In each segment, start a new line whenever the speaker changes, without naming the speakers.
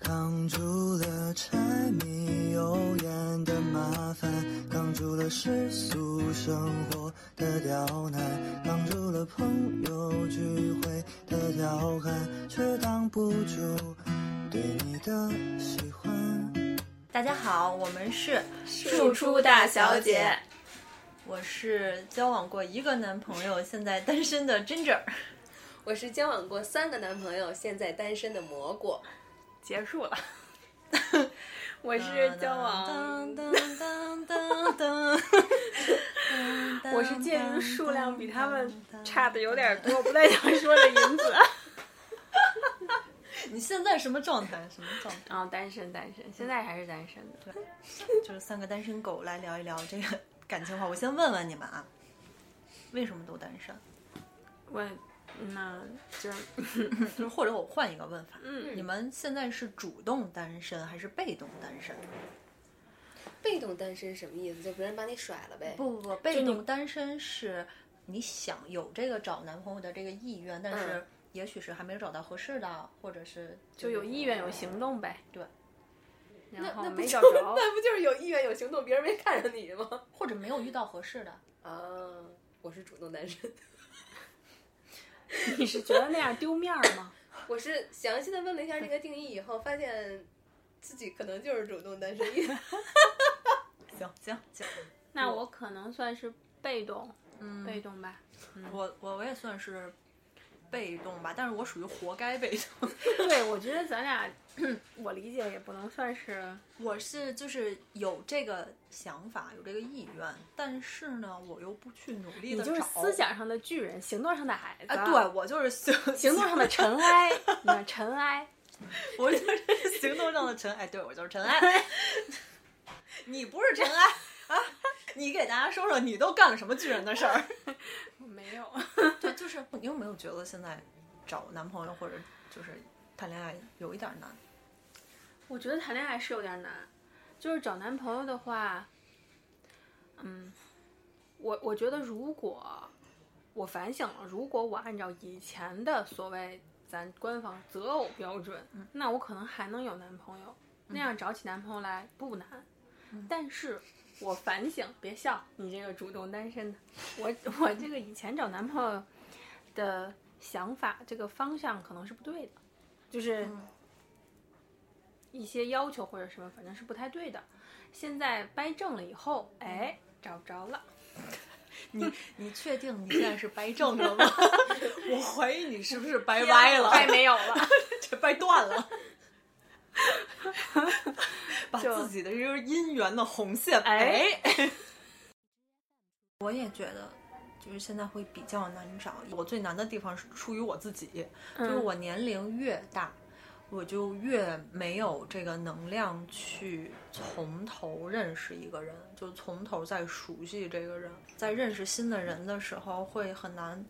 扛住了柴米油盐的麻烦，扛住了世俗生活的刁难，扛住了朋友聚会的调侃，却挡不住对你的喜欢。
大家好，我们是
庶出大小姐，
我是交往过一个男朋友，现在单身的 Ginger。
我是交往过三个男朋友，现在单身的蘑菇。结束了。 我是交往，
当当当当
我是鉴于数量比他们差的有点多，不太想说的银子。
你现在什么状态？什么状态？
然后单身，单身，现在还是单身的。
就是三个单身狗来聊一聊这个感情话。我先问问你们啊，为什么都单身？
我，那就是
就是或者我换一个问法，
嗯
你们现在是主动单身还是被动单身？
被动单身是什么意思？就别人把你甩了呗？
不不不，被动单身是你想有这个找男朋友的这个意愿，但是
嗯
也许是还没有找到合适的，或者是
就有意愿有行动呗。
对，
然后
那不
没
就
找着。
那不就是有意愿有行动，别人没看上你吗？
或者没有遇到合适的。
啊，我是主动单身，
你是觉得那样丢面儿吗？
我是详细的问了一下这个定义以后，发现自己可能就是主动单身， 因为
行行行，
那我可能算是被动，
嗯，
被动吧。
我我我也算是被动吧，但是我属于活该被动。
对，我觉得咱俩， 我理解也不能算是
我是就是有这个想法，有这个意愿，但是呢，我又不去努力
你
的
就是思想上的巨人，行动上的矮子。
啊，对，我就是 行
行动上的尘埃，你看尘埃。
我就是 行动上的尘埃，对我就是尘埃。你不是尘埃啊！你给大家说说，你都干了什么巨人的事儿？
没有，
对，呃就是你有没有觉得现在找男朋友或者就是谈恋爱有一点难？
我觉得谈恋爱是有点难，就是找男朋友的话，嗯，我我觉得如果我反省了，如果我按照以前的所谓咱官方择偶标准，那我可能还能有男朋友，那样找起男朋友来不难，但是。我反省，别笑，你这个主动单身的，我我这个以前找男朋友的想法，这个方向可能是不对的，就是一些要求或者什么，反正是不太对的。现在掰正了以后，哎，
嗯
找不着了。
你你确定你现在是掰正了吗？ 我怀疑你是不是掰歪了，
快没有了。
这掰断 了，把自己的这根姻缘的红线
哎
哎 我也觉得，就是现在会比较难找。我最难的地方是出于我自己，
嗯
就是我年龄越大，我就越没有这个能量去从头认识一个人，就从头再熟悉这个人。在认识新的人的时候，会很难
嗯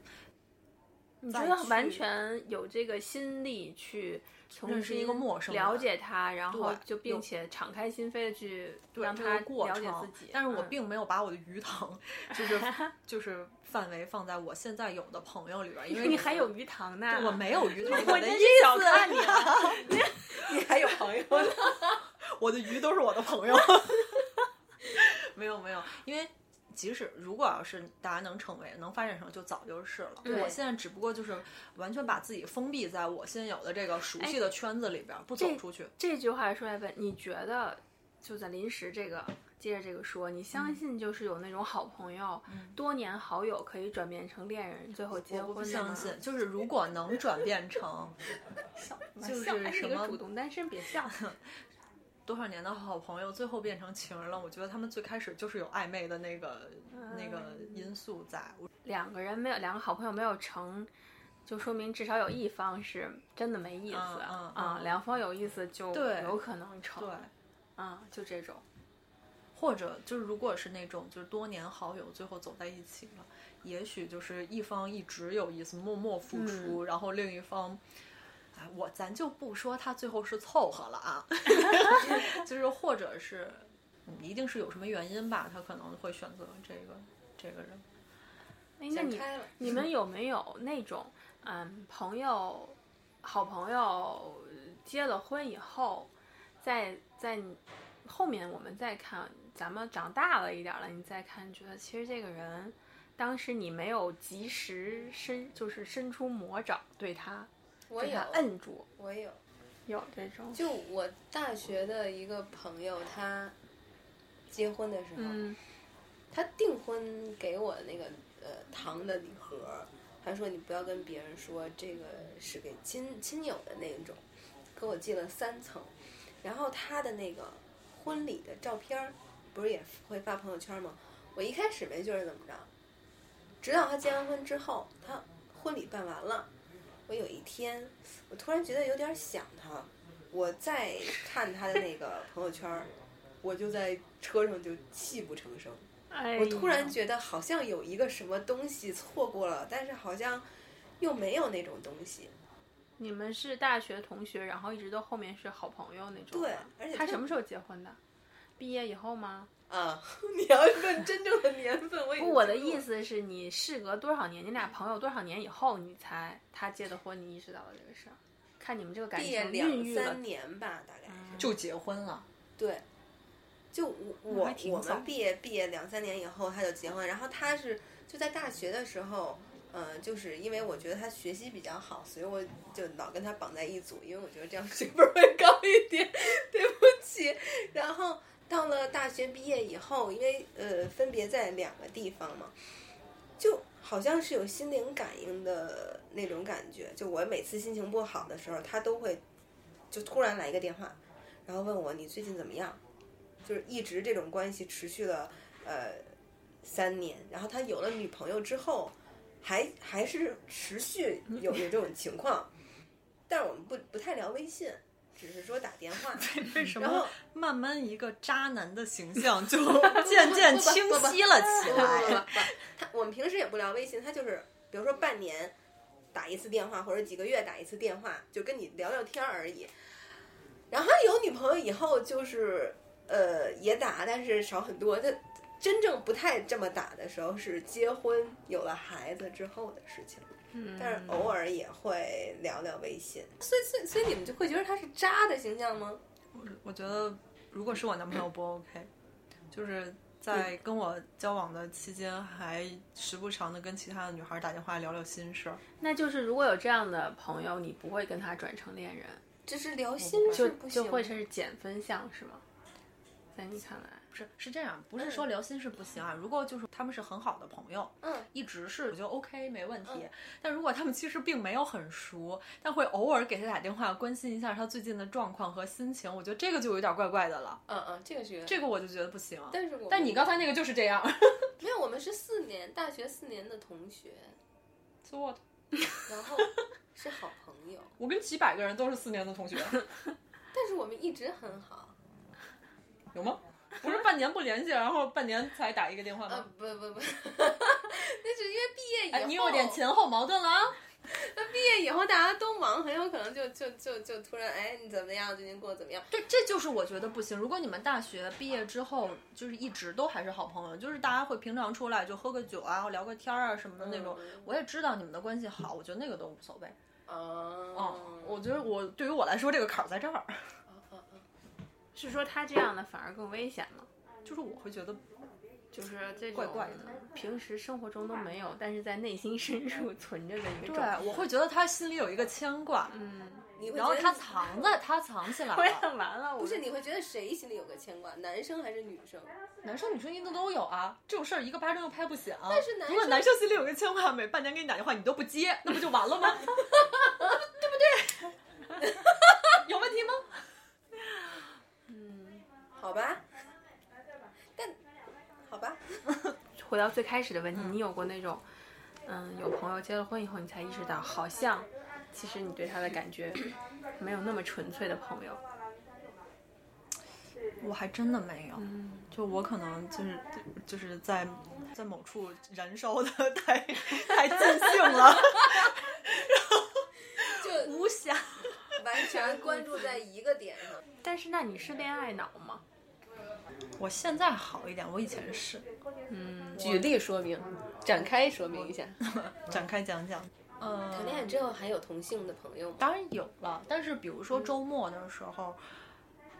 你
再
觉得
去
完全有这个心力去重
认识
新
一个陌生人
了解他，然后
对
就
有
并且敞开心扉的去
对
让
这
他
个过
了解
程
自己。
但是我
嗯
并没有把我的鱼塘， 就是就是范围放在我现在有的朋友里边儿， 因为
你还有鱼塘呢，
我没有鱼塘，我
我
的
真
意
是小看你啊
思，
了。
你还有 朋友呢。
我的鱼都是我的朋友。 没有没有，因为即使如果要是大家能成为能发展成，就早就是了。
对
我现在只不过就是完全把自己封闭在我现有的这个熟悉的圈子里边儿，不走
这
出去。
这句话说来问，你觉得就在临时这个接着这个说，你
嗯
相信就是有那种好朋友，多年好友可以转变成恋人，最后结
我
婚
不
的
相
吗
信，就是如果能转变成就是
笑哎你
什
个
么
主动单身，别笑。
多少年的好朋友，最后变成情人了。我觉得他们最开始就是有暧昧的那个、 那个因素在。我
嗯两个人没有两个好朋友没有成，就说明至少有一方是真的没意思
嗯嗯
啊、
嗯
两方有意思就
对
有可能成
对，
啊、就这种。
或者就是如果是那种就是多年好友，最后走在一起了，也许就是一方一直有意思，默默付出，然后另一方。哎，我咱就不说他最后是凑合了啊， 就是或者是，嗯一定是有什么原因吧，他可能会选择这个这个人。
哎，那
想
你
开了
你们有没有那种嗯朋友，好朋友结了婚以后，在在你后面我们再看，咱们长大了一点儿了，你再看，觉得其实这个人当时你没有及时伸，就是伸出魔爪对他，
我
给
有
他，摁住，
我有。
有这种，
就我大学的一个朋友，他结婚的时候，
嗯
他订婚给我那个呃糖的礼盒，他说你不要跟别人说这个是给亲亲友的那种，给我寄了三层，然后他的那个婚礼的照片儿不是也会发朋友圈吗？我一开始没觉得怎么着，直到他结完婚之后，他婚礼办完了，我有一天我突然觉得有点想他，我再看他的那个朋友圈儿，我就在车上就泣不成声。
哎呀，
我突然觉得好像有一个什么东西错过了，但是好像又没有那种东西。
你们是大学同学，然后一直到后面是好朋友那种吗。
对而且
他
特
什么时候结婚的？毕业以后吗？
啊， 你要问真正的年份，我已
不，
经
我的
记住
意
了，
思是你事隔多少年，你俩朋友多少年以后，你才他结的婚，你意识到了这个事儿。看你们这个感
毕业
情孕
两
育了
三，年吧，大概是。
就结婚了。
对，就我
那还
我
挺
我
早
们毕业毕业两三年以后他就结婚，然后他是就在大学的时候。呃，就是因为我觉得他学习比较好，所以我就老跟他绑在一组，因为我觉得这样学分儿会高一点。 对不起。然后到了大学毕业以后，因为呃分别在两个地方嘛，就好像是有心灵感应的那种感觉。就我每次心情不好的时候，他都会就突然来一个电话，然后问我你最近怎么样？就是一直这种关系持续了呃三年。然后他有了女朋友之后，还还是持续有有这种情况。但是我们不不太聊微信，只是说打电话。
为什
然后
么慢慢一个渣男的形象就渐渐清晰了起
不不不
来？
不，他我们平时也不聊微信，他就是比如说半年打一次电话，或者几个月打一次电话，就跟你聊聊天而已。然后他有女朋友以后，就是呃也打，但是少很多。他真正不太这么打的时候是结婚有了孩子之后的事情，
嗯，
但是偶尔也会聊聊微信。所以所以所以你们就会觉得他是渣的形象吗？
我觉得如果是我男朋友不 OK，就是在跟我交往的期间，还时不常的跟其他的女孩打电话聊聊心事儿。
那嗯就是如果有这样的朋友，你不会跟他转成恋人，
只是聊心事不行
就
吗，
会是减分项是吗？在你看来，
不是是这样，不是说聊心事不行啊。如果就是他们是很好的朋友，
嗯，
一直是我就 OK 没问题。
嗯
但如果他们其实并没有很熟，但会偶尔给他打电话关心一下他最近的状况和心情，我觉得这个就有点怪怪的了。
嗯嗯，这个是有点
这个我就觉得不行。啊
但是我
但你刚才那个就是这样
没有，我们是四年大学四年的同学，
做的。
然 后是好朋友，
我跟几百个人都是四年的同学，
但是我们一直很好。
有吗？不是半年不联系，然后半年才打一个电话
呃
吗？，
不不不， 那是因为毕业以后，
哎，你有点前后矛盾了啊！
毕业以后大家都忙，很有可能就就就就突然哎，你怎么样？最近过得怎么样？
对，这就是我觉得不行。如果你们大学毕业之后，就是一直都还是好朋友，就是大家会平常出来就喝个酒啊，聊个天儿啊什么的那种。
嗯
我也知道你们的关系好，我觉得那个都无所谓。
哦
我觉得我对于我来说，这个坎儿在这儿，
嗯
是说他这样的反而更危险吗？
就是我会觉得
就是这种
怪怪的
平时生活中都没有，但是在内心深处存着的一个
对
种。，
哎我会觉得他心里有一个牵挂，
嗯，
你会
然后
觉得
他藏在他藏起来
我也
了。
完了，我
不是你会觉得谁心里有个牵挂，男生还是女生？
男生女生一定都有啊，这种事儿一个巴掌又拍不响。
但是男
如果
生
男生心里有个牵挂，每半年给你打电话你都不接，那不就完了 吗？对不对？ 有问题吗？
嗯，
好吧，但好吧，
回到最开始的问题，你有过那种，嗯，有朋友结了婚以后，你才意识到，好像其实你对他的感觉没有那么纯粹的朋友。
我还真的没有，
嗯，
就我可能就是就是在在某处燃烧的太太尽兴了，
就
无暇。
完全关注在一个点 上。
但是那你是恋爱脑吗？
我现在好一点，我以前是。
嗯，
举例说明，展开说明一下。
展开讲讲，嗯，
谈恋爱之后还有同性的朋友吗？
当然有了，但是比如说周末的时候，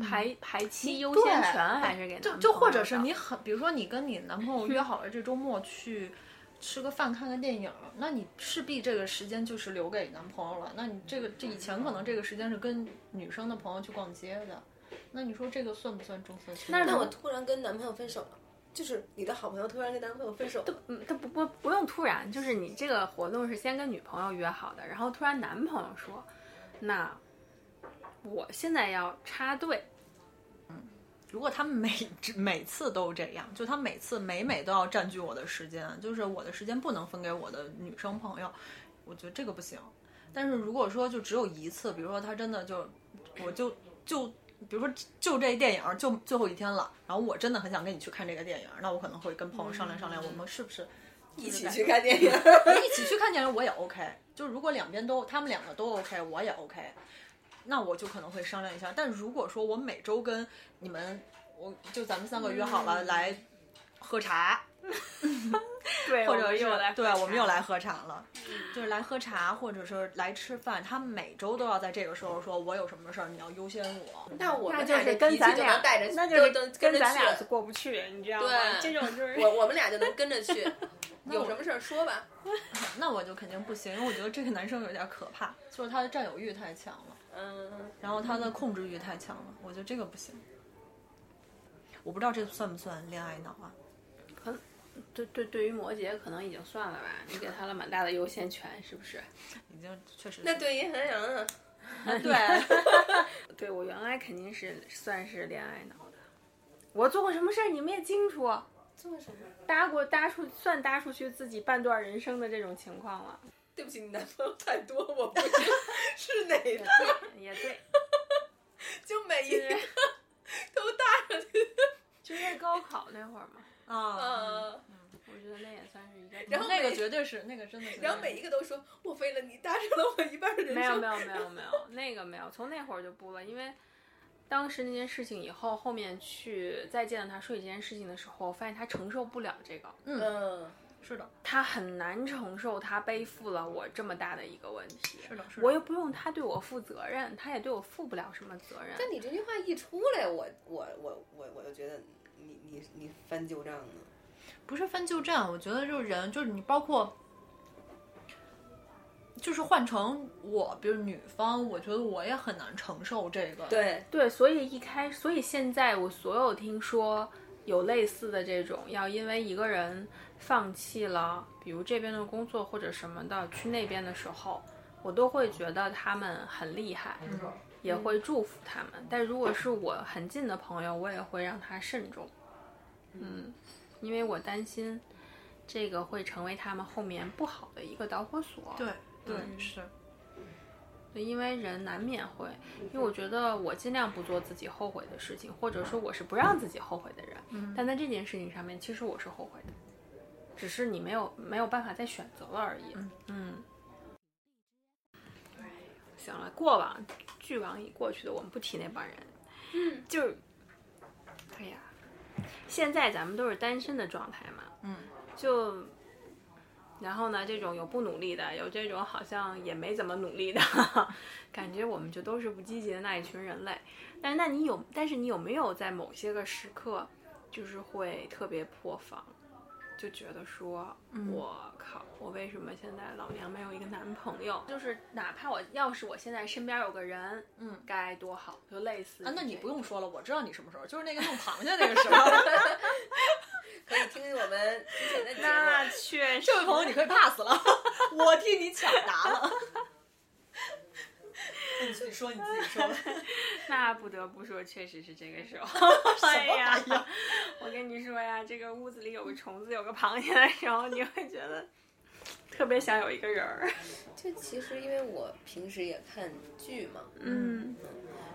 排排期优
对
先权还是给
就
男
就嗯
朋友
或者是
的
你很，比如说你跟你男朋友约好了这周末去吃个饭、看个电影，那你势必这个时间就是留给男朋友了。那你这个这以前可能这个时间是跟女生的朋友去逛街的，那你说这个算不算重色轻
那
友？
那
如
我突然跟男朋友分手了，就是你的好朋友突然跟男朋友分手了，
嗯，他不不不用突然，就是你这个活动是先跟女朋友约好的，然后突然男朋友说，那我现在要插队，
如果他每每次都这样，就他每次每每都要占据我的时间，就是我的时间不能分给我的女生朋友，我觉得这个不行。但是如果说就只有一次，比如说他真的就，我就就，比如说就这电影就最后一天了，然后我真的很想跟你去看这个电影，那我可能会跟朋友商量商量，我们是不是
一起
对
去看电影。
一起去看电影我也 OK，就是如果两边都他们两个都 OK，我也 OK，那我就可能会商量一下。但如果说我每周跟你们，我就咱们三个约好了、
嗯
来喝茶，
对
或者是
又来，
对，我们又来，喝茶了，就是来喝茶或者是来吃饭，他们每周都要在这个时候说我有什么事儿你要优先我。
那我
那
们
就
俩
是
这
跟
脾
咱
气就
俩
能带着，
那就
都
是
都
跟
着
咱俩
去。
过不去，你知道吗？这
对
种就是
我我们俩就能跟着去，有什么事儿说 吧。
那我就肯定不行，因为我觉得这个男生有点可怕，就是他的占有欲太强了。
嗯，
然后他的控制欲太强了，我觉得这个不行。我不知道这算不算恋爱脑啊？
对对，对于摩羯可能已经算了吧，你给他了蛮大的优先权，是不是？
已经确实
那对于韩阳呢？
对，啊
对我原来肯定是算是恋爱脑的，我做过什么事儿你们也清楚，
做什么？
搭过搭出算搭出去自己半段人生的这种情况了。
对不起，你男朋友太多，我不知道是哪
也
个，
对，也对，
就每一个
对
都搭上去。
就是高考那会儿嘛，
啊，
嗯，
我觉得那也算是一个。
然后
那个绝对是那个真的是。
然后每一个都说，我为了你搭上了我一半的人生。
没有没有没有没有，那个没有，从那会儿就不了，因为当时那件事情以后，后面去再见到他说起这件事情的时候，我发现他承受不了这个，
嗯，
是的，
他很难承受他背负了我这么大的一个问题。
是的，是的。
我又不用他对我负责任，他也对我负不了什么责任。
但你这句话一出来，我我我我我就觉得你你你翻旧账呢。
不是翻旧账，我觉得就是人，就是你包括，就是换成我，比如女方，我觉得我也很难承受这个。，
对，
对，所以一开，所以现在我所有听说有类似的这种，要因为一个人放弃了，比如这边的工作或者什么的，去那边的时候，我都会觉得他们很厉害，也会祝福他们。但如果是我很近的朋友，我也会让他慎重，嗯，因为我担心这个会成为他们后面不好的一个导火索。
对，对，
嗯
是。
对，因为人难免会，
嗯
因为我觉得我尽量不做自己后悔的事情，或者说我是不让自己后悔的人。
嗯
但在这件事情上面，其实我是后悔的，只是你没有没有办法再选择了而已。
嗯
嗯。行了，过往俱往已过去的，我们不提那帮人。嗯，就是，哎呀，现在咱们都是单身的状态嘛，
嗯，
就。然后呢，这种有不努力的，有这种好像也没怎么努力的， 感觉我们就都是不积极的那一群人类。但是，那你有，但是你有没有在某些个时刻，就是会特别破防，就觉得说，
嗯
我靠，我为什么现在老娘没有一个男朋友？就是哪怕我要是我现在身边有个人，
嗯，
该多好，就类似于
啊，那你
这
不
种
用说了，我知道你什么时候，就是那个弄螃蟹那个时候。
可以听我们之前的 节
那
目。
确实
这位朋友，你可以 pass 了， 我替你抢答了。你自己说，你自己说吧。
那不得不说，确实是这个 时候。 哎呀
什么玩意儿，
我跟你说呀，这个屋子里有个虫子，有个螃蟹的时候，你会觉得特别想有一个人儿。
就其实因为我平时也看剧嘛，
嗯，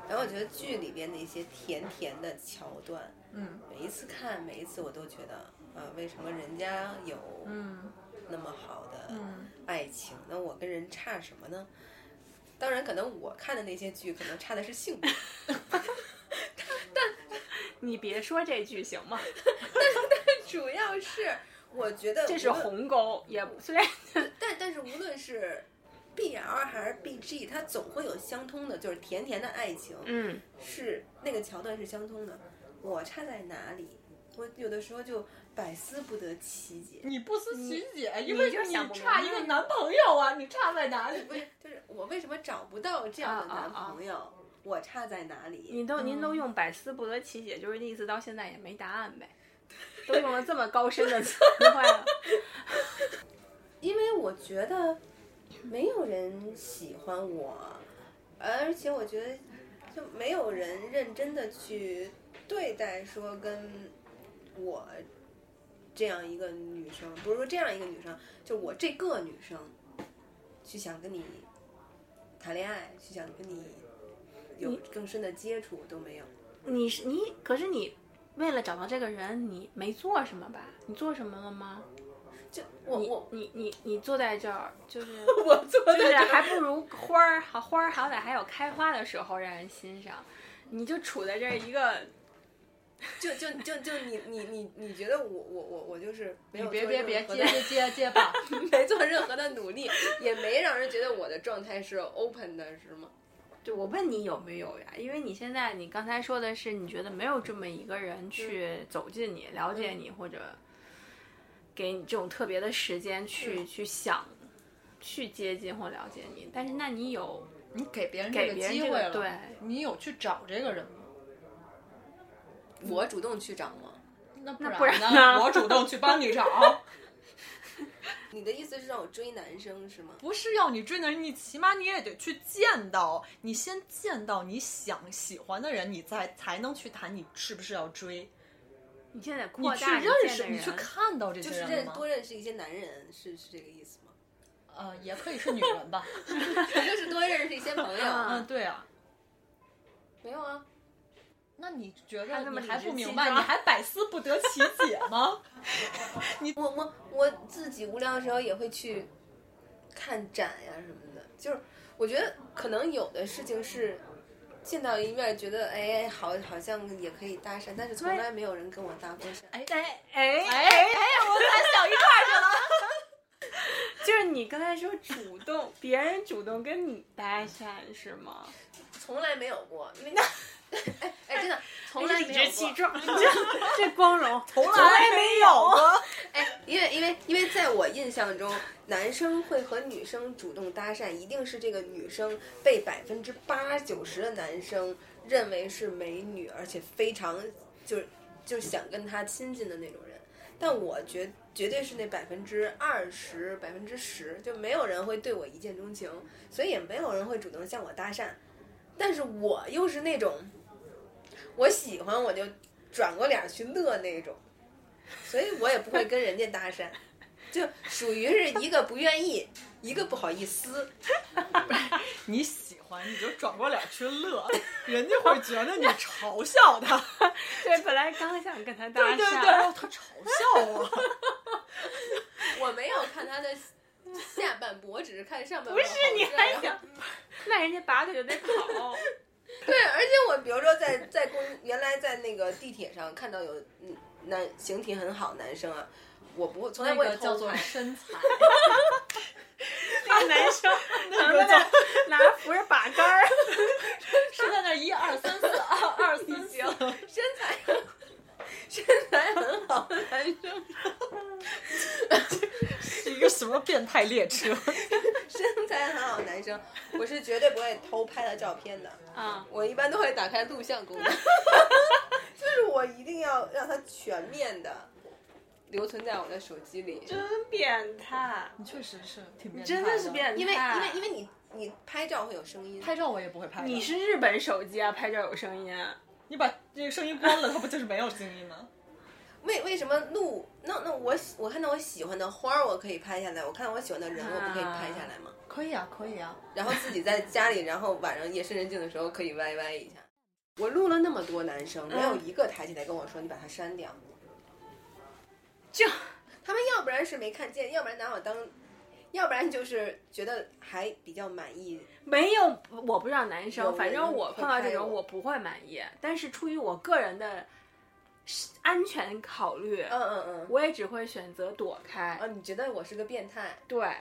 然后我觉得剧里边的一些甜甜的桥段，
嗯
每一次看，每一次我都觉得，呃，为什么人家有
嗯
那么好的
嗯
爱情，那我跟人差什么呢？当然，可能我看的那些剧，可能差的是性别，
你别说这句行吗？
主要是我觉得
这是
无论
嗯
鸿沟，也不虽然
但但是无论是 BL 还是 BG，它总会有相通的，就是甜甜的爱情
嗯，
是那个桥段是相通的。我差在哪里？我有的时候就百思不得其解。
嗯
你不思其解，因
你
为
就
嗯你
想不
差
明
一个
白
男朋友啊，你差在哪里？
不是，就是我为什么找不到这样的
啊啊
男
啊
朋友？我差在哪里？
您都您
嗯
都用百思不得其解，就是意思到现在也没答 案呗，都用了这么高深的词汇了，
因为我觉得没有人喜欢我，而且我觉得就没有人认真的去对待说跟我这样一个女生，不是说这样一个女生，就我这个女生去想跟你谈恋爱，去想跟你有更深的接触都没有。
你是你，可是你为了找到这个人，你没做什么吧？你做什么了吗？
就我
你
我
你你你坐在这儿，就是
我做的
就是还不如花儿好，花儿好歹还有开花的时候让人欣赏，你就处在这儿一个
就就就就你你你你觉得我我我我就是没有
你别
做
别
任
别
何
接
的
接接接吧，
没做任何的努力，也没让人觉得我的状态是 open 的，是吗？
对，我问你有没有呀？因为你现在你刚才说的是，你觉得没有这么一个人去走进你、了解你，或者给你这种特别的时间去、
嗯
去想、去接近或了解你。但是，那你有
你给别人
给
这个
别人
机
这
会
个
了，
对
你有去找这个人吗？
我主动去找吗？
那不
不然
呢？
呢
我主动去帮你找，
你的意思是让我追男生是吗？
不是要你追的人，你起码你也得去见到，你先见到你想喜欢的人，你再才能去谈你是不是要追。
你现在扩
你去
大
认
见
识，
的
你去
人
看到这
就
些
是
人了
认
吗？
多认识一些男人，是是这个意思 吗？
呃，也可以是女人 吧。
就是多认识一些朋友。
嗯
嗯，对啊。
没有啊，
那你觉
还
得
那么
你还
理直
不
气
明白，
壮
你还百思不得其解 吗？
我我我自己无聊的时候也会去看展呀、什么的，就是我觉得可能有的事情是。见到一面觉得哎，好，好像也可以搭讪，但是从来没有人跟我搭过讪。
哎哎
哎哎，我俩想一块儿去了。
就是你刚才说主动，别人主动跟你搭讪是吗？
从来没有过，因为哎哎，真的从来没
理直
有
气
过。
壮， 这这光荣，从
来没有过。
哎，因为因为因为在我印象中，男生会和女生主动搭讪，一定是这个女生被百分之八九十的男生认为是美女，而且非常就是就是想跟她亲近的那种人。但我绝绝对是那百分之二十、百分之十，就没有人会对我一见钟情，所以也没有人会主动向我搭讪。但是我又是那种，我喜欢我就转过脸儿去乐那种，所以我也不会跟人家搭讪，就属于是一个不愿意，一个不好意思。
你喜欢你就转过脸去乐，人家会觉得你嘲笑他。
对，本来刚想跟他搭
对对
讪，
对，他嘲笑 我。
我没有看他的下半部，我只是看上半部。
不是你
哎
还
然后
想，那人家拔腿就得 跑。
对，而且我比如说在在公原来在那个地铁上看到有嗯男形体很好男生啊，我不从来
那
不会
个
偷
叫做
拍
身材，
那个 男生拿着 拿着扶着把杆儿，
是在那一二三四二二三四。
身材 身材很好的男生，
是一个什么变态列车？
身材很好的男生，我是绝对不会偷拍他照片的。
啊，
我一般都会打开录像功能， 就是我一定要让它全面的留存在我的手机里，
真变态，
你 确实是挺变态，
真的是。变态。
因为因为因为你你拍照会有声音，
拍照我也不会拍的，
你是日本手机啊，拍照有声音啊，
你把这个声音关了，它不就是没有声音吗？
为为什么录那那我喜我看到我喜欢的花儿我可以拍下来，我看到我喜欢的人我不可以拍下来吗？
可以啊，可以啊。
然后自己在家里，然后晚上夜深人静的时候可以歪歪一下。嗯我录了那么多男生，没有一个抬起来跟我说你把它删掉，
就
他们要不然是没看见，要不然拿我当，要不然就是觉得还比较满意
没有。我不知道男
有
生，
人
反正我碰到这
会拍
种
我
我不会满意，但是出于我个人的安全考虑，
嗯嗯嗯，
我也只会选择躲开。
哦，你觉得我是个变态？
对，
啊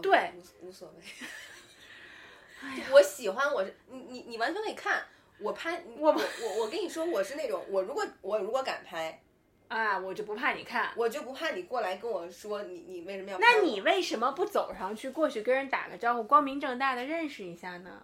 对
无无所 谓。我喜欢我是你你你完全可以看我拍我我我我跟你说我是那种我如果我如果敢拍，
啊，我就不怕你看。
我就不怕你过来跟我说你你为什么要拍我。
那你为什么不走上去过去跟人打个招呼，光明正大的认识一下呢？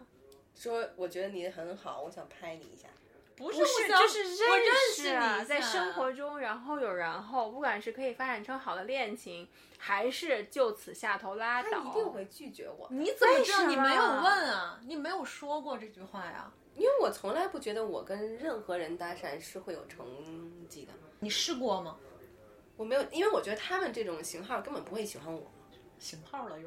说我觉得你很好，我想拍你一下。
不
不是，就是
我
认识
认识
啊，
你
在生活中，然后有然后，不管是可以发展成好的恋情，还是就此下头拉
他
倒，
一定会拒绝我，
你怎么知
为什
道？
么
你没有问啊，你没有说过这句话呀？
因为我从来不觉得我跟任何人搭讪是会有成绩的。
你试过吗？
我没有，因为我觉得他们这种型号根本不会喜欢我。
型号了又，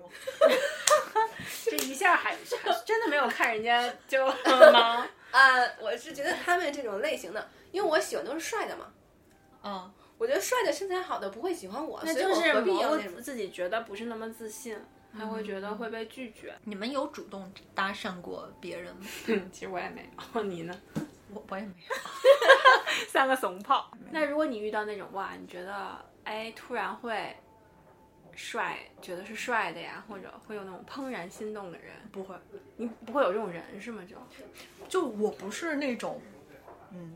这一下还还真的没有看人家 就忙。
啊，我是觉得他们这种类型的，因为我喜欢都是帅的嘛。
嗯，
我觉得帅的、身材好的不会喜欢我，
那
所以
就
我
是
何必要
蘑
那种
菇？自己觉得不是那么自信，他会觉得会被拒绝。
你们有主动搭讪过别人吗？
其实我也没有，哦你呢？
我我也没有。
三个怂炮。那如果你遇到那种哇，你觉得哎突然会帅，觉得是帅的呀，或者会有那种怦然心动的人，
不会，
你不会有这种人是吗？就
就我不是那种，嗯，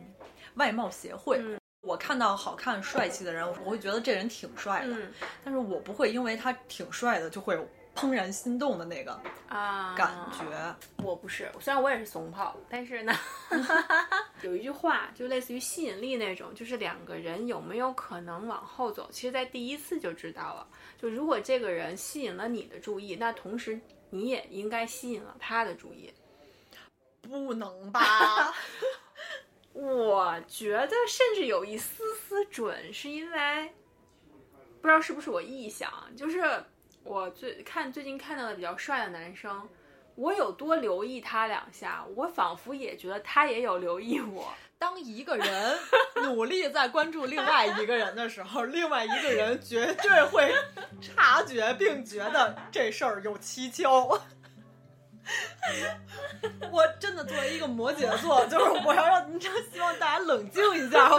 外貌协会。
嗯
我看到好看帅气的人，我会觉得这人挺帅的，
嗯
但是我不会因为他挺帅的就会有怦然心动的那个
啊，
感觉。
我不是，虽然我也是怂炮，但是呢，有一句话就类似于吸引力那种，就是两个人有没有可能往后走，其实，在第一次就知道了。就如果这个人吸引了你的注意，那同时你也应该吸引了他的注意。
不能 吧？
我觉得甚至有一丝丝准，是因为不知道是不是我臆想，啊就是我最看最近看到的比较帅的男生，我有多留意他两下，我仿佛也觉得他也有留意我。
当一个 人努力在关注另外一个人的时候，另外一个 人绝对会察觉并觉得这事儿有蹊跷。我真的作为一个摩羯座，就是我要让你，希望大家冷静一下。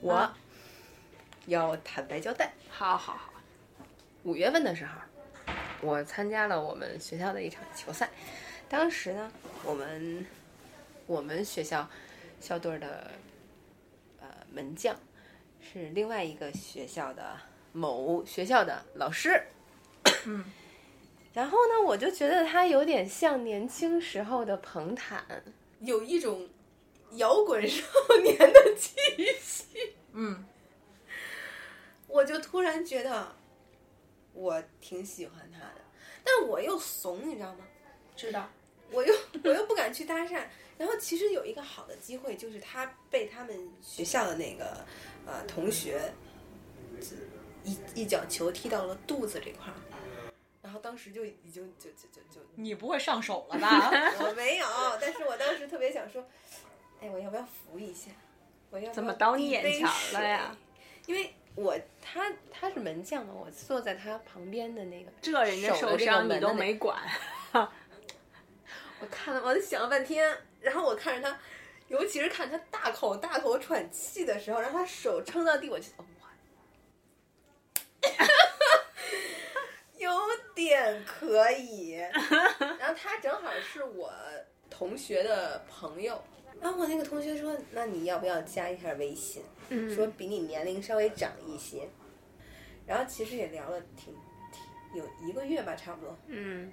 我要坦白交代，
好好好，
五月份的时候，我参加了我们学校的一场球赛。当时呢，我们我们学校校队的呃门将是另外一个学校的某学校的老师。
嗯。
然后呢，我就觉得他有点像年轻时候的彭坦，有一种摇滚少年的气息。
嗯，
我就突然觉得我挺喜欢他的，但我又怂，你知道吗？
知道。
我 又我又不敢去搭讪。然后其实有一个好的机会，就是他被他们学校的那个呃同学一一脚球踢到了肚子这块儿，然后当时就已经就就就就
你不会上手了吧？
我没有，但是我当时特别想说，哎，我要不要扶一下？我要不要
怎么到你
递杯
眼前了呀
水？因为我他他是门将嘛，我坐在他旁边的那个，
这人家受伤你都没 管，
我看了，我就想了半天，然后我看着他，尤其是看他大口大口喘气的时候，然后他手撑到地，我就哦哇， 有点可以。然后他正好是我同学的朋友，然后我那个同学说，那你要不要加一下微信？
嗯
说比你年龄稍微长一些，然后其实也聊了挺挺有一个月吧，差不多。
嗯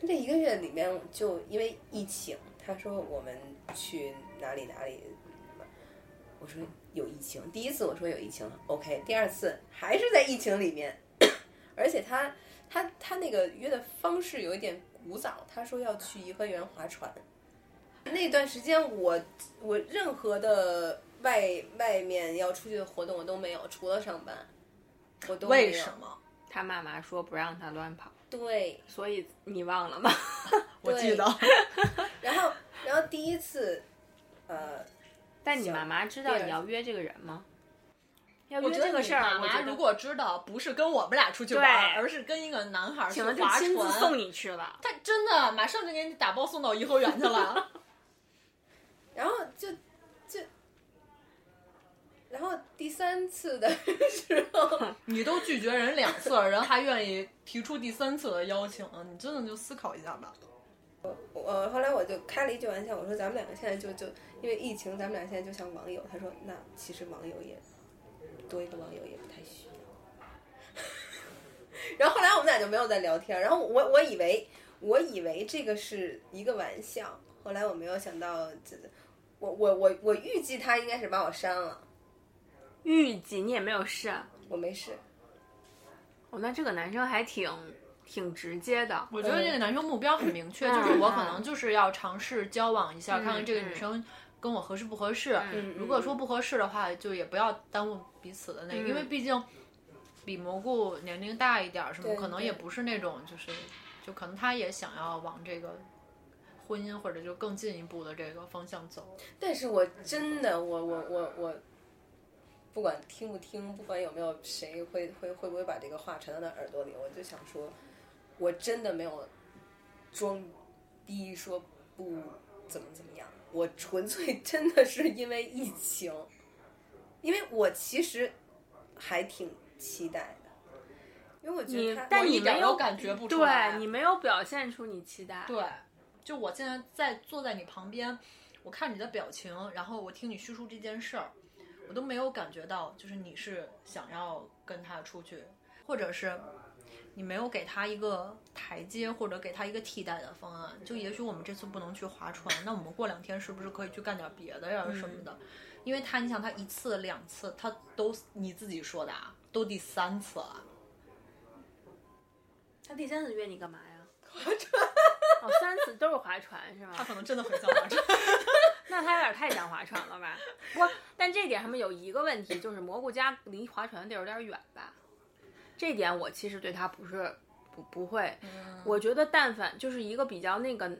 这一个月里面，就因为疫情，他说我们去哪里哪里，我说有疫情。第一次我说有疫情，OK。第二次还是在疫情里面， 而且他他他那个约的方式有一点古早，他说要去颐和园划船。那段时间我我任何的外外面要出去的活动我都没有，除了上班。我都没有
为什？么？
他妈妈说不让他乱跑，
对，
所以你忘了吗？
我记得
然后然后第一次，呃，
但你妈妈知道
第二
你要约这个人吗？要
我
约
觉得
这个
你
事儿，
妈
我
妈
觉
如
得
果知道不是跟我们俩出去玩
对
儿，而是跟一个男孩儿去
请问
划
就
船，
亲自送你去了，
他真的马上就给你打包送到颐和园去了。
然后就就，然后第三次的时 候，
你都拒绝人两次，人还愿意提出第三次的邀请，你真的就思考一下吧。
我后来我就开了一句玩笑，我说咱们两个现在就就因为疫情，咱们俩现在就像网友。他说那其实网友也多一个网友也不太需要。 然后后来我们俩就没有再聊天。然后我我以为我以为这个是一个玩笑，后来我没有想到，这我我我我预计他应该是把我删了，
预计你也没有事。
我没事。
哦，那这个男生还挺挺直接的，
我觉得这个男生目标很明确，
嗯
就是我可能就是要尝试交往一下，
嗯
看看这个女生跟我合适不合适。
嗯
如果说不合适的话，就也不要耽误彼此的那个，
嗯
因为毕竟比蘑菇年龄大一点儿，什么
对
可能
对
也不是那种就是，就可能他也想要往这个婚姻或者就更进一步的这个方向走。
但是我真的，我我我我，不管听不听，不管有没有谁会会会不会把这个话传到他耳朵里，我就想说，我真的没有装逼说不怎么怎么样，我纯粹 真的是因为疫情，因为我其实还挺期待的，因为我觉
你
得他，
但
我
你
一点
没
都
有
感觉不出来
对你没有表现出你期待，
对，就我现在在坐在你旁边，我看你的表情，然后我听你叙述这件事儿，我都没有感觉到，就是你是想要跟他出去，或者是你没有给他一个台阶，或者给他一个替代的方案。就也许我们这次不能去划船，那我们过两天是不是可以去干点别的呀什么的？因为他，你想他一次两次，他都你自己说的啊，都第三次了。
他第三次约你干嘛呀？划 船。哦，三次都是划船是吗？
他可能真的很想划船。
那他有点太想划船了 吧？不过，但这点上面有一个问题，就是蘑菇家离划船的地儿有点远吧？这点我其实对他不是不不会，我觉得但凡就是一个比较那个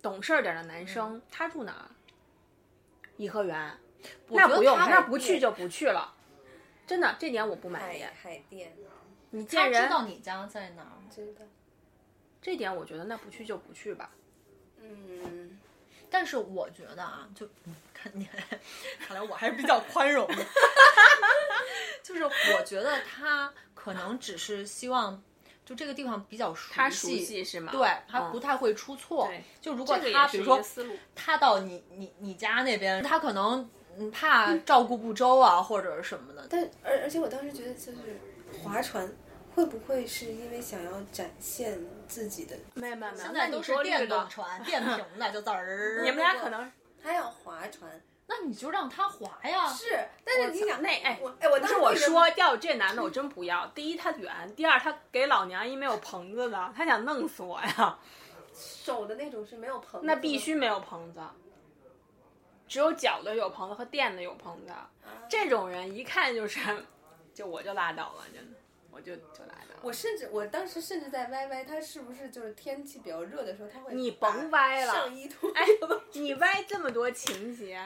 懂事儿点儿的男生，他住哪儿？颐和园，那不用，
他
那不哎去就不去了。真的，这点我不满
海
意。
海淀，
你见
他
人
知，道你家在哪儿吗？
知道，
这点我觉得那不去就不去吧。
嗯，
但是我觉得啊，就嗯看你，看来我还是比较宽容的。 就是我觉得他可能只是希望，就这个地方比较熟悉，
他熟悉嗯是吗？
对他不太会出错。
对
就如果
这个
他
也
比如
是一
说
个思路。
他到你你你家那边，他可能嗯怕照顾不周啊，或者什么的。
但而而且我当时觉得，就是划船会不会是因为想要展现自己的？
没有没有没有，
现
那
在
你
都是
说这
电
个
动船、电瓶的，就滋儿。
你们俩可能
他要划船
那你就让他滑 呀。
是，但是你想
那哎
我哎，我
不
当
是
时
我
为什
说
么，
要这男的我真不要。第一他远，第二他给老娘一没有棚子的，他想弄死我呀。
手的那种是没有棚子的，
那必须没有棚子，只有脚的有棚子和垫的有棚子。 这种人一看就是，就我就拉倒了，真的，我就就拉倒了。
我甚至我当时甚至在歪歪，他是不是就是天气比较热的时候，他会
你
把
甭歪了
上衣脱
哎，你歪这么多情节，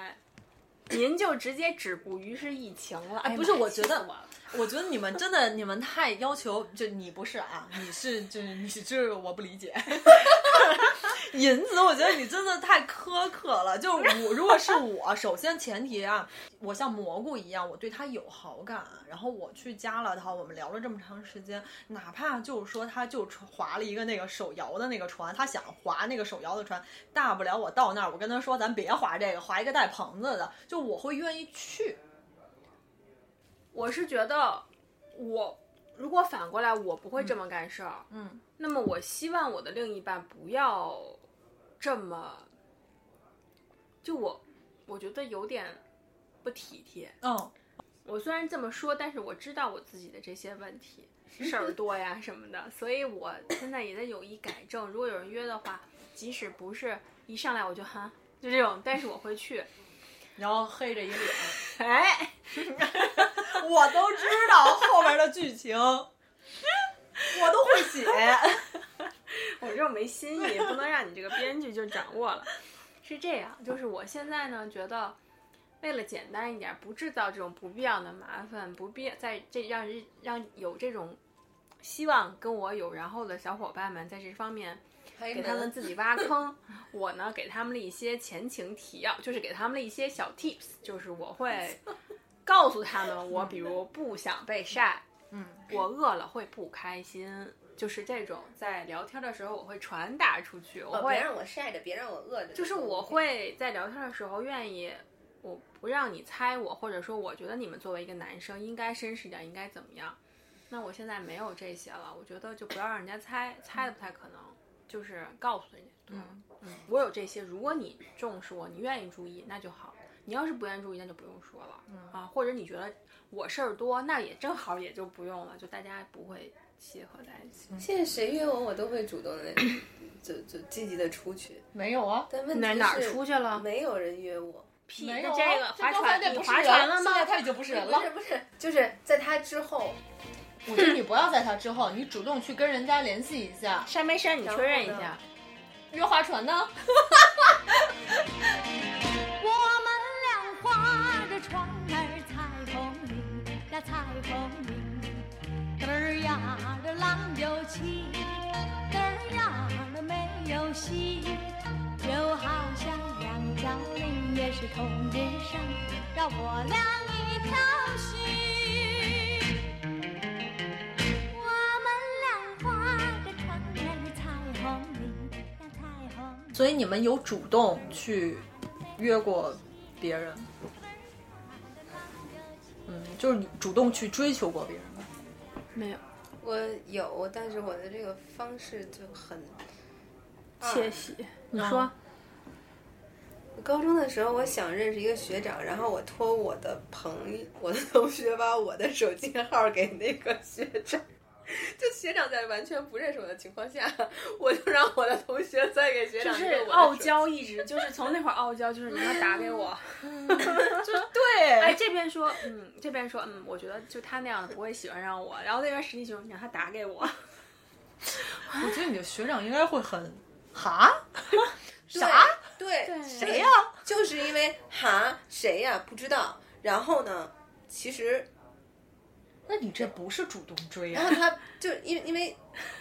您就直接止步于是疫情了。哎，
不是
妈呀
我觉得
气死我了
我觉得你们真的，你们太要求，就你不是啊，你是就是你是我不理解。 银子，我觉得你真的太苛刻了。就是我，如果是我，首先前提啊，我像蘑菇一样，我对他有好感，然后我去加了他，我们聊了这么长时间，哪怕就是说他就划了一个那个手摇的那个船，他想划那个手摇的船，大不了我到那儿，我跟他说咱别划这个，划一个带棚子的，就我会愿意去。
我是觉得我如果反过来，我不会这么干事儿。
嗯，
那么我希望我的另一半不要这么，就我，我觉得有点不体贴。
嗯，
我虽然这么说，但是我知道我自己的这些问题，事儿多呀什么的，所以我现在也在有意改正。如果有人约的话，即使不是一上来我就哈就这种，但是我会去。
然后黑着一脸。
哎，
我都知道后边的剧情，我都会写。
我这种没新意，不能让你这个编剧就掌握了。是这样，就是我现在呢，觉得为了简单一点，不制造这种不必要的麻烦，不必在这让人让有这种希望跟我有然后的小伙伴们，在这方面 给哎他们自己挖坑，我呢给他们了一些前情提要，就是给他们了一些小 tips，就是我会告诉他们，我比如不想被晒，
嗯，
我饿了会不开心，就是这种在聊天的时候我会传达出去，我
哦
会
别让我晒着，别让我饿着。
就是我会在聊天的时候愿意，我不让你猜我，或者说我觉得你们作为一个男生应该绅士点，应该怎么样？那我现在没有这些了，我觉得就不要让人家猜，猜的不太可能，就是告诉人家。
嗯
嗯，我有这些，如果你重视我，你愿意注意，那就好；你要是不愿意注意，那就不用说了、啊。或者你觉得我事儿多，那也正好也就不用了，就大家不会结合在一起。
现在谁约我，我都会主动的，就就积极的出去。
没有啊，
但问题
哪
是
哪儿出去了
没有人约我。
屁，
没
那
有啊
这个
这
划
刚才
船，
那
你
不是
划
人
船了吗
现？在他已经不是人了
不。是不是，就是在他之后，
我觉得你不要在他之后，你主动去跟人家联系一 下。
删没删？你确认一
然后
下
呢。
约划船呢？
我们俩划着船儿彩虹铃呀彩虹铃，嘚儿呀的浪有气，嘚儿呀的没有息，就好像两条命也是同日上，让我俩一条心。我们俩划着船儿彩虹铃呀彩虹铃。
所以你们有主动去约过别人？嗯，就是你主动去追求过别人吗？
没有，
我有，但是我的这个方式就很
窃喜。你说，
我高中的时候，我想认识一个学长，然后我托我的朋友、我的同学把我的手机号给那个学长。就学长在完全不认识我的情况下，我就让我的同学再给学
就
长
是
这个我的
傲
手
娇，一直就是从那会儿傲娇，就是你要打给我。
对，
哎，这边说，嗯，这边说，嗯，我觉得就他那样的不会喜欢上我。然后那边实际就你让他打给我，
我觉得你的学长应该会很哈，
机。
啥
对，
对
谁
呀、
就是因为哈谁呀、不知道。然后呢，其实
那你这不是主动追
然
啊
后？他就因为因为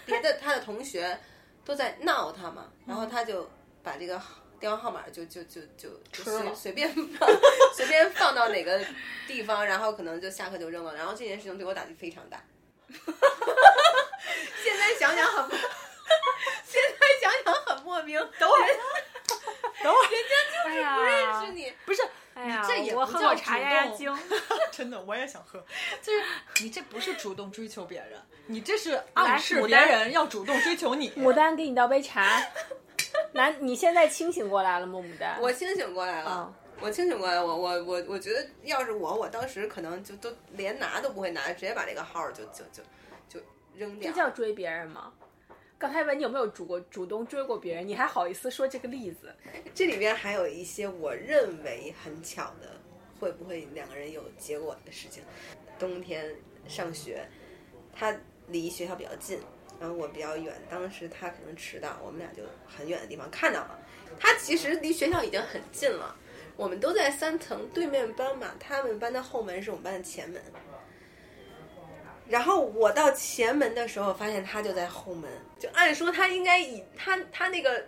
别的他的同学都在闹他嘛，然后他就把这个电话号码就就就就就
吃了
随随便放随便放到哪个地方，然后可能就下课就扔了。然后这件事情对我打击非常大。 现在想想很， 现在想想很莫名。等会儿
哎 呀，
是你，
不是，
哎呀，
这也
我
不
喝
叫
口
主
茶压压
动
惊。
真的我也想喝。就是你这不是主动追求别人，你这是
来
暗示
牡
别
丹
人要主动追求 你。
牡丹，给你倒杯茶。男，你现在清醒过来了吗？牡丹，
我清醒过来了。
啊
我清醒过来，我我我我觉得要是我，我当时可能就都连拿都不会拿，直接把这个号儿就就就就扔掉
这。叫追别人吗？刚才问你有没有主过主动追过别人，你还好意思说这个例子？
这里边还有一些我认为很巧的，会不会两个人有结果的事情。冬天上学，他离学校比较近，然后我比较远，当时他可能迟到，我们俩就很远的地方看到了。他其实离学校已经很近了，我们都在三层对面班嘛，他们班的后门是我们班的前门。然后我到前门的时候，发现他就在后门，就按说他应该以他他那个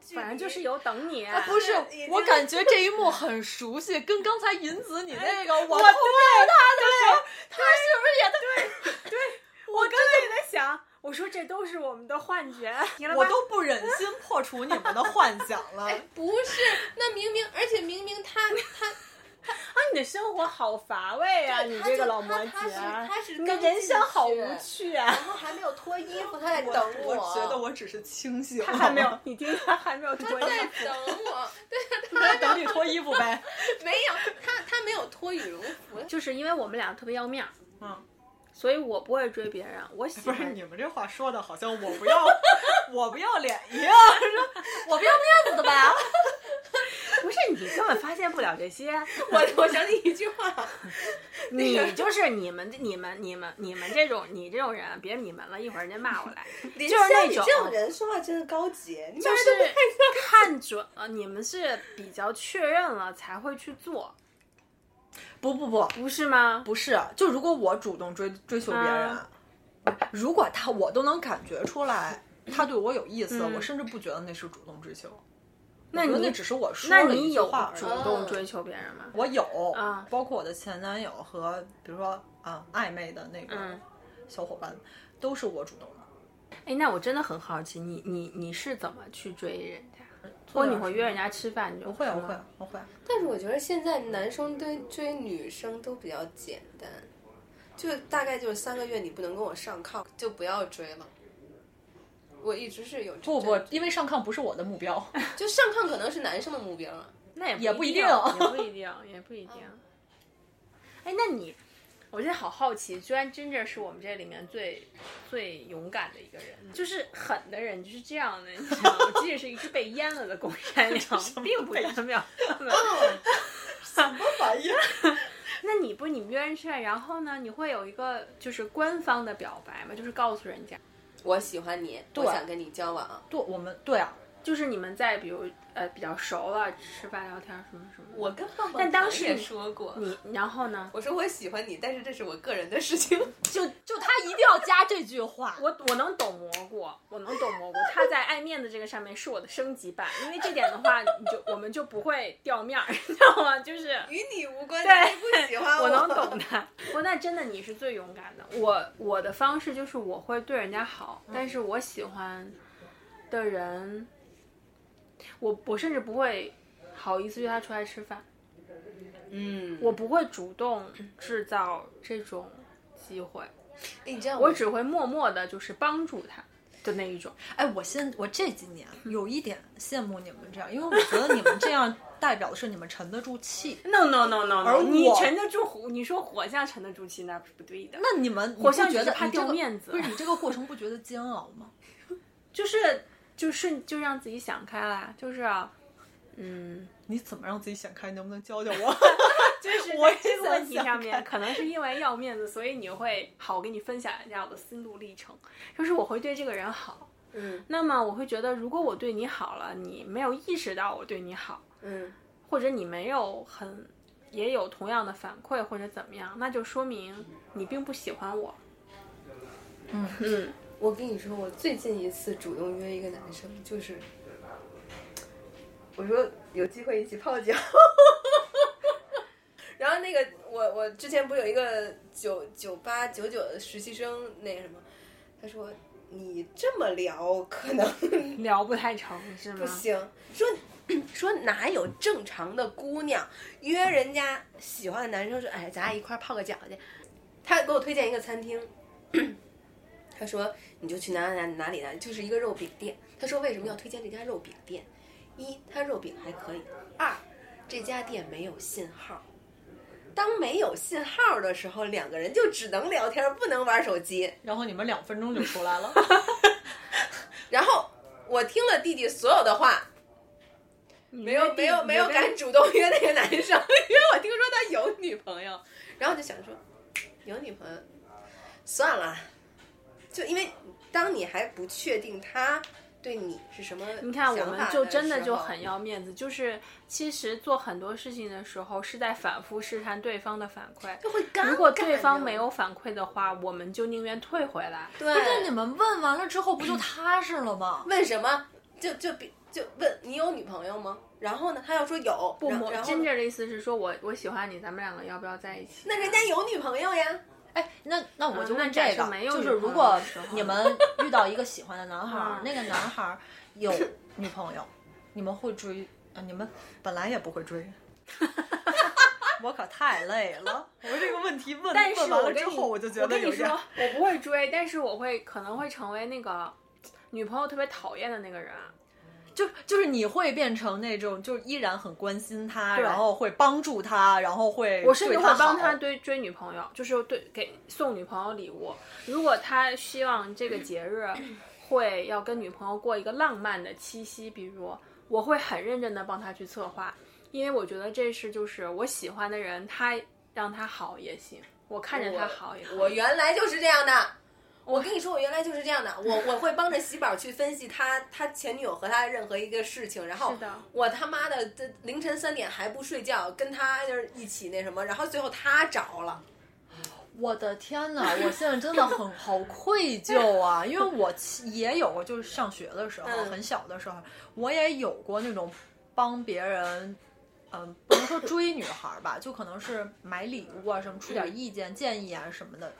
距离，
反正就是有等你。
啊
不是
已，经
我感觉这一幕很熟悉，跟刚才银子你那个我碰到他
对
的时候，他是不是也对？
我刚才也在想，我说这都是我们的幻 觉，赢了吧
我都不忍心破除你们的幻想了。
不是，那明明，而且明明 他他
啊，你的生活好乏味啊！
对
你
他
这个
就
老摩
他
羯，啊
他是
啊
他是
你的
刚
人
进
生好
去
无趣啊！
后还没有脱衣服，他在
我
等
我觉得我只是清醒，
他还没 有，，你听他还没有脱
他
衣服
在等我，对
在 等你脱衣服呗。
他没有，他他没有脱羽绒服，
就是因为我们俩特别要面儿，
嗯，
所以我不会追别人，啊我喜
不是
欢
你们这话说的好像我不要 我不要脸一样，是吧我不要面子的呗。
不是你你根本发现不了这 些，
我我想起一句话，
你就是你们你们你们你们这种你这种人，别你们了，一会儿人家骂我 来，
林
就是那
像你
种
这种人说话真的高级，你
就
把人
是
都被
看准了，你们是比较确认了才会去做，
不不不，
不是吗？
不是，就如果我主动追 追求别人，
啊
如果他我都能感觉出来他对我有意思，
嗯
我甚至不觉得那是主动追求。
那
我觉得
你
那只是我说
那
了一
你
句
有
话而已
主动追求别人吗？
我有
啊
包括我的前男友和比如说啊暧昧的那个
嗯
小伙伴，都是我主动的。
哎，那我真的很好奇，你你你是怎么去追人家？或者你会约人家吃饭？你就
我会啊，
是
我
吗
会啊，我会啊。
但是我觉得现在男生对追女生都比较简单，就大概就是三个月你不能跟我上炕，就不要追了。我一直是有这
不不，因为上炕不是我的目标。
就上炕可能是男生的目标啊。
那也
也
不
不
一
一
定，
定嗯
也 不一定，也不一定。哎，那你，我现在好好奇，居然真正是我们这里面最最勇敢的一个
嗯
人，就是狠的人就是这样的，你知道吗？即使是一只被淹了的 公山羊，并不代表他们。
玩意儿？
那你不你们约人吃饭，然后呢，你会有一个就是官方的表白吗？就是告诉人家，
我喜欢你，我
对
想跟你交往。
对，我们对啊，
就是你们在比如呃比较熟了吃饭聊天什么什么的。
我跟棒棒
但当时
糖也
你
说过，
你然后呢？
我说我喜欢你，但是这是我个人的事情。
就就他一定要加这句话。
我我能懂蘑菇，我能懂蘑菇，它在爱面子这个上面是我的升级版，因为这点的话，你就我们就不会掉面儿， 你知道吗？就是
与你无关，
对
你不喜欢
我能懂的。我那真的你是最勇敢的。我我的方式就是我会对人家好，但是我喜欢的人，我我甚至不会好意思约他出来吃饭，
嗯，
我不会主动制造这种机会，
你这样
我只会默默的就是帮助他的那一种。
哎，我现我这几年有一点羡慕你们这样，因为我觉得你们这 样代表的是你们沉得住气。
No no no no，, no
而
你
我
沉得住火，你说火象沉得住气，那是不对的。
那你们你
火
不
象
觉
只是
得
怕
你这
掉
个
面子
不是你这个过程不觉得煎熬吗？
就是就是就让自己想开啦，就是、啊，嗯，
你怎么让自己想开？能不能教教 我？
就是
我
在
也想
这个问题上
想
面，
开
可能是因为要面子，所以你会好我给你分享一下我的心路历程，就是我会对这个人好。
嗯
那么我会觉得，如果我对你好了，你没有意识到我对你好，
嗯
或者你没有很也有同样的反馈或者怎么样，那就说明你并不喜欢我。
嗯
嗯，
我跟你说，我最近一次主动约一个男生，就是我说有机会一起泡脚， 然后那个我我之前不是有一个九九八九九的实习生那什么，他说你这么聊可能
聊不太成是吗？
不行，说 说哪有正常的姑娘约人家喜欢的男生说，哎，咱俩一块儿泡个脚去。他给我推荐一个餐厅， 他说你就去哪哪哪里哪里，就是一个肉饼店。他说为什么要推荐这家肉饼店？一，它肉饼还可以；二，这家店没有信号。当没有信号的时候，两个人就只能聊天，不能玩手机。
然后你们两分钟就出 来了。
然后我听了弟弟所有的话，
你
没有
约
没
定
有没有
你约
敢主动约那个男生，因 为我听说他有女朋友，然后我就想说有女朋友算了，就因为当你还不确定他对你是什么想法时候，
你看，我们就真的就很要面子，就是其实做很多事情的时候是在反复试探对方的反馈。
就会尴尬。
如果对方没，有反馈的话，我们就宁愿退回来。
对，
不是你们问完了之后不就踏实了吗？
问什么就就比就问你有女朋友吗？然后呢，他要说有，
不，
然
我
然后
真
呢
正的意思是说我我喜欢你，咱们两个要不要在一起？
那人家有女朋友呀，
哎，那那我就
嗯那
问
假
这
设
个，
没有
就是
女朋
如
友
果
的时候
你们遇到一个喜欢的男孩儿
嗯，
那个男孩儿有女朋友，你们会追？呃，你们本来也不会追。我可太累了，我这个问题问
但是
问完
我
了
跟
之
你
后，我就觉得
跟你
有点
说，我不会追，但是我会可能会成为那个女朋友特别讨厌的那个人。啊
就就是你会变成那种，就是依然很关心他，
对
然后会帮助他，然后会
我甚至
对
会
他
帮
好
他追追女朋友，就是对给送女朋友礼物。如果他希望这个节日会要跟女朋友过一个浪漫的七夕，比如我会很认真的帮他去策划，因为我觉得这是就是我喜欢的人，他让他好也行，我看着他好也好。
我我原来就是这样的。我跟你说，我原来就是这样的。我我会帮着喜宝去分析他他前女友和他的任何一个事情，然后
是的
我他妈的这凌晨三点还不睡觉，跟他就是一起那什么，然后最后他着了。
我的天呐， 我现在真的很好愧疚啊，因为我其也有过，就是上学的时候，
嗯
很小的时候，我也有过那种帮别人，嗯、不能说追女孩儿吧，就可能是买礼物啊，什么出点意见、建议啊什么的。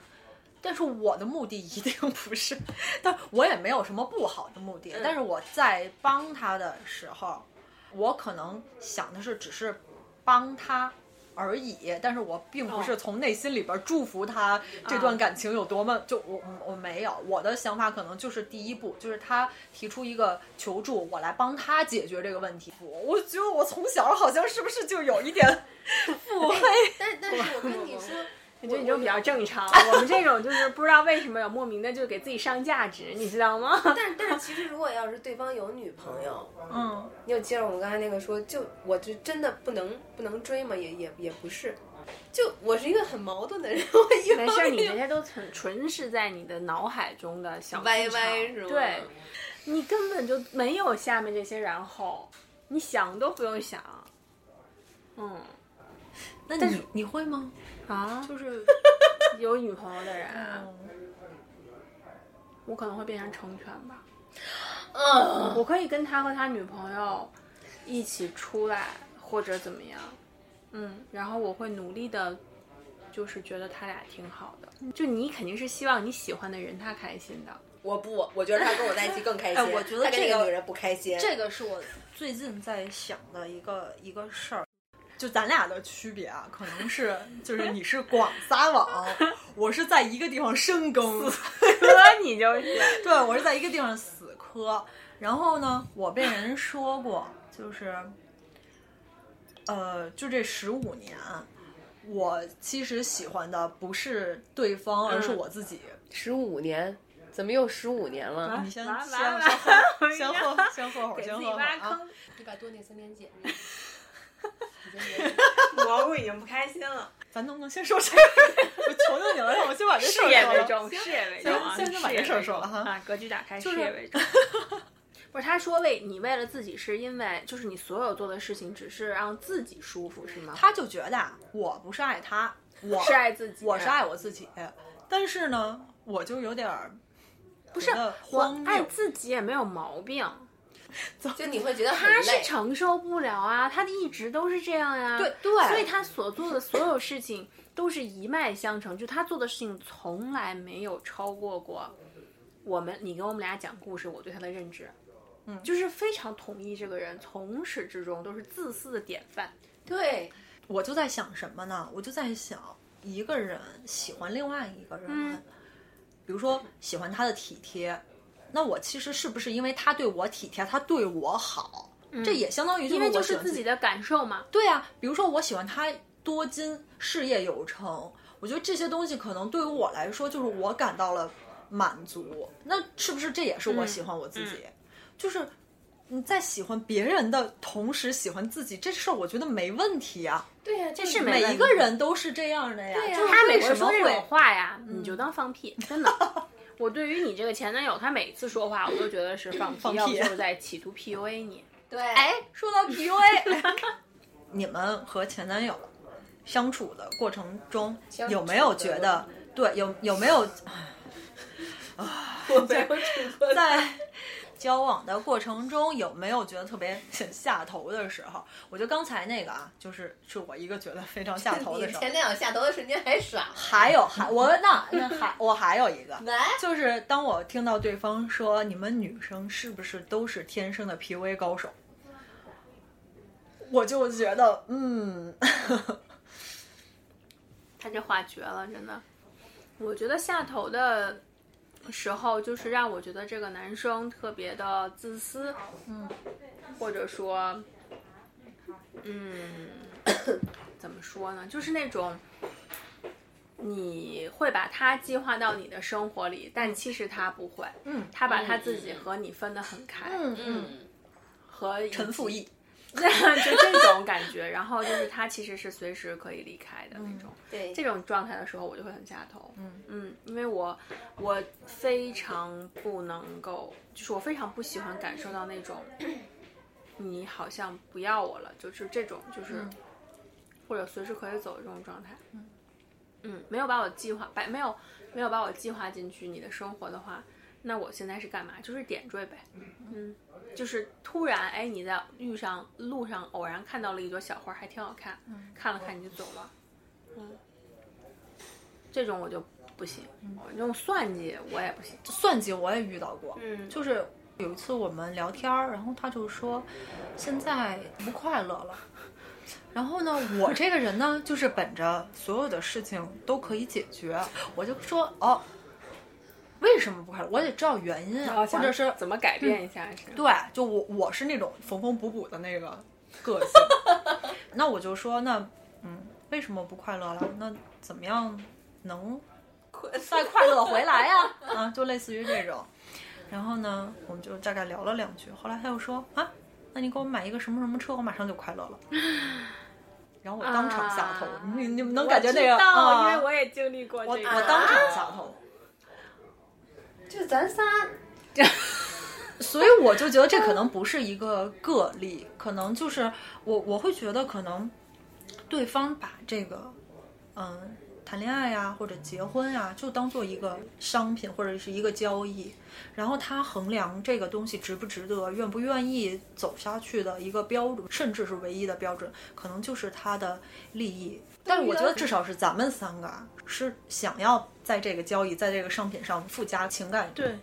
但是我的目的一定不是，但我也没有什么不好的目的。
嗯
但是我在帮他的时候，我可能想的是只是帮他而已，但是我并不是从内心里边祝福他这段感情有多么、就我我我没有我的想法可能就是第一步就是他提出一个求助，我来帮他解决这个问题。我我觉得我从小好像是不是就有一点腹黑？
但但是我跟你 说，
我觉得你这种比较正常，我们这种就是不知道为什么有莫名的就给自己上价值，你知道吗？
但但是其实如果要是对方有女朋友，
嗯，
你有接着我们刚才那个说，就我就真的不能不能追吗？也也也不是，就我是一个很矛盾的人，我一
没
方
事，
面
你这些都纯纯是在你的脑海中的小剧
歪
场
歪是吗？
对，你根本就没有下面这些，然后你想都不用想。嗯
那你你会吗？
啊，
就是
有女朋友的人啊，我可能会变成成全吧。
嗯，
我可以跟他和他女朋友一起出来，或者怎么样，嗯，然后我会努力的，就是觉得他俩挺好的。就你肯定是希望你喜欢的人他开心的，
我不，我觉得他跟我在一起更开心。
哎我觉得
他跟
这
那
个
女人不开心。
这个是我最近在想的一个一个事儿，就咱俩的区别啊，可能是就是你是广撒网，我是在一个地方深耕，
哥你就是
对我是在一个地方死磕。然后呢，我被人说过，就是，呃，就这十五年，我其实喜欢的不是对方，而是
嗯
我自己。
十五年，怎么又十五年
啊
了？
你先
完
先先
完完
喝
了
先
一样
喝先喝会儿，
给
先
自己
喝会儿
挖
啊
坑。，
你把多那三年减。
蘑菇已经不开心了，
咱能不能先说这个？ 我求求你了，让我先把这事
事
儿
业
说
为
了。
重，事 业为重啊，
行行把这事儿说了哈
啊，格局打开，
就是
事业为重。 不是，他说为你为了自己，是因为就是你所有做的事情只是让自己舒服，是吗？
他就觉得啊，我不是爱他，我
是爱啊自己，
我是爱我自己，但是呢，我就有点儿
不是
觉得
我
荒
爱
谬。
自己也没有毛病，
就你会觉得很
他是
累。
承受不了啊，他一直都是这样呀、
对对
所以他所做的所有事情都是一脉相承，就他做的事情从来没有超过过我们你跟我们俩讲故事，我对他的认知，嗯，就是非常同意这个人，从始至终都是自私的典范。
对，
我就在想什么呢？我就在想，一个人喜欢另外一个人，
嗯
比如说喜欢他的体贴，那我其实是不是因为他对我体贴，他对我好？这也相当于
嗯因为就
我喜
是
欢
自己的感受嘛，
对啊，比如说我喜欢他多金、事业有成，我觉得这些东西可能对于我来说，就是我感到了满足。那是不是这也是我喜欢我自
嗯
己？就是你在喜欢别人的同时喜欢自己，这事儿我觉得没问题啊。
对呀、这
是没
每
问
一个
题
人都是这样的呀。
对呀
就是
他
为
每次
什么
说这种
会？
话呀，你就当放屁，真的。我对于你这个前男友，他每次说话，我都觉得是放屁，
放屁
要不就是在企图 PUA 你。
对，
哎，说到 PUA，你们和前男友相处的过程中，
相
有没有
处的
觉得对？有有没有？
我没有主观。
在交往的过程中，有没有觉得特别下头的时候？我觉得刚才那个啊，就是是我一个觉得非常下头的
你
时候。
前男友下头的瞬间还爽，
还有 还我那那还我还有一 个，
来，
就是当我听到对方说你们女生是不是都是天生的 PUA 高手，我就觉得嗯，
他这话绝了，真的。我觉得下头的时候，就是让我觉得这个男生特别的自私，
嗯，
或者说，嗯， 怎么说呢？就是那种你会把他计划到你的生活里，但其实他不会，
嗯
他把他自己和你分得很开，
嗯，
嗯，
和以及
陈复义，
就这种感觉。然后就是他其实是随时可以离开的那种。
对，
这种状态的时候，我就会很下头。
嗯
因为我我非常不能够，就是我非常不喜欢感受到那种你好像不要我了，就是这种，就是、
嗯
或者随时可以走的这种状态。嗯没有把我计划，把没有没有把我计划进去你的生活的话，那我现在是干嘛？就是点缀呗。嗯，就是突然哎，你在遇上路上偶然看到了一朵小花，还挺好看，
嗯
看了看你就走了。嗯这种我就不行，
嗯
我这种算计我也不行。
算计我也遇到过，
嗯，
就是有一次我们聊天儿，然后他就说现在不快乐了。然后呢，我这个人呢，就是本着所有的事情都可以解决，我就说哦，为什么不快乐？我得知道原
哦
因啊，或者是
怎么改变一下是？
对，就我我是那种缝缝补补的那个个性， 那我就说那嗯，为什么不快乐了？那怎么样能再快乐回来呀、啊？就类似于这种。然后呢，我们就大概聊了两句，后来他又说啊，那你给我买一个什么什么车，我马上就快乐了。然后我当场下头，
啊
你你们能感觉那个？啊
因为我也经历过
我啊
这个。
我当场下头。
嗯
就咱仨
所以我就觉得这可能不是一个个例，可能就是我我会觉得可能对方把这个嗯谈恋爱呀、或者结婚呀、就当做一个商品或者是一个交易，然后他衡量这个东西值不值得、愿不愿意走下去的一个标准，甚至是唯一的标准，可能就是他的利益。但是我觉得至少是咱们三个啊是想要在这个交易、在这个商品上附加情感
对，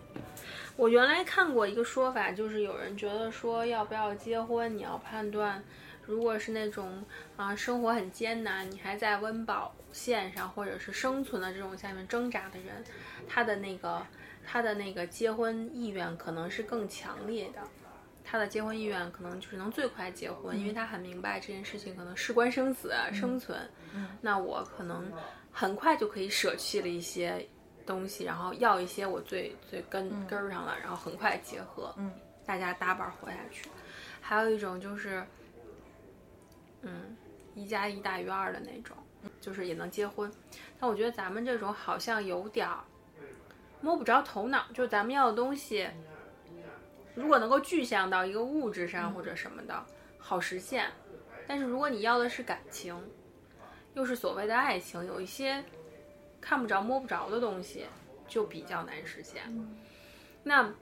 我原来看过一个说法，就是有人觉得说要不要结婚，你要判断，如果是那种啊、生活很艰难，你还在温饱线上或者是生存的这种下面挣扎的人，他的那个他的那个结婚意愿可能是更强烈的。他的结婚意愿可能就是能最快结婚，因为他很明白这件事情可能事关生死、啊生存。那我可能很快就可以舍弃了一些东西，然后要一些我最最根、根儿上了，然后很快结合，
嗯，
大家搭伴儿活下去。还有一种就是，嗯，一加一大于二的那种，就是也能结婚。但我觉得咱们这种好像有点儿摸不着头脑，就是咱们要的东西，如果能够具象到一个物质上或者什么的，好实现。但是如果你要的是感情，又是所谓的爱情，有一些看不着、摸不着的东西，就比较难实现。那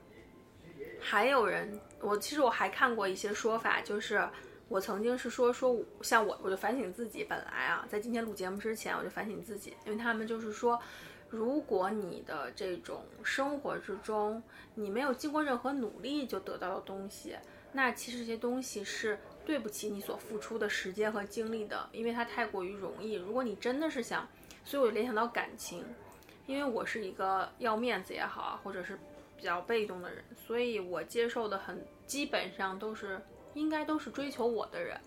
还有人，我其实我还看过一些说法，就是我曾经是说说我像我，我就反省自己，本来啊，在今天录节目之前，我就反省自己，因为他们就是说。如果你的这种生活之中，你没有经过任何努力就得到的东西，那其实这些东西是对不起你所付出的时间和精力的，因为它太过于容易。如果你真的是想，所以我就联想到感情，因为我是一个要面子也好啊，或者是比较被动的人，所以我接受的很基本上都是应该都是追求我的人。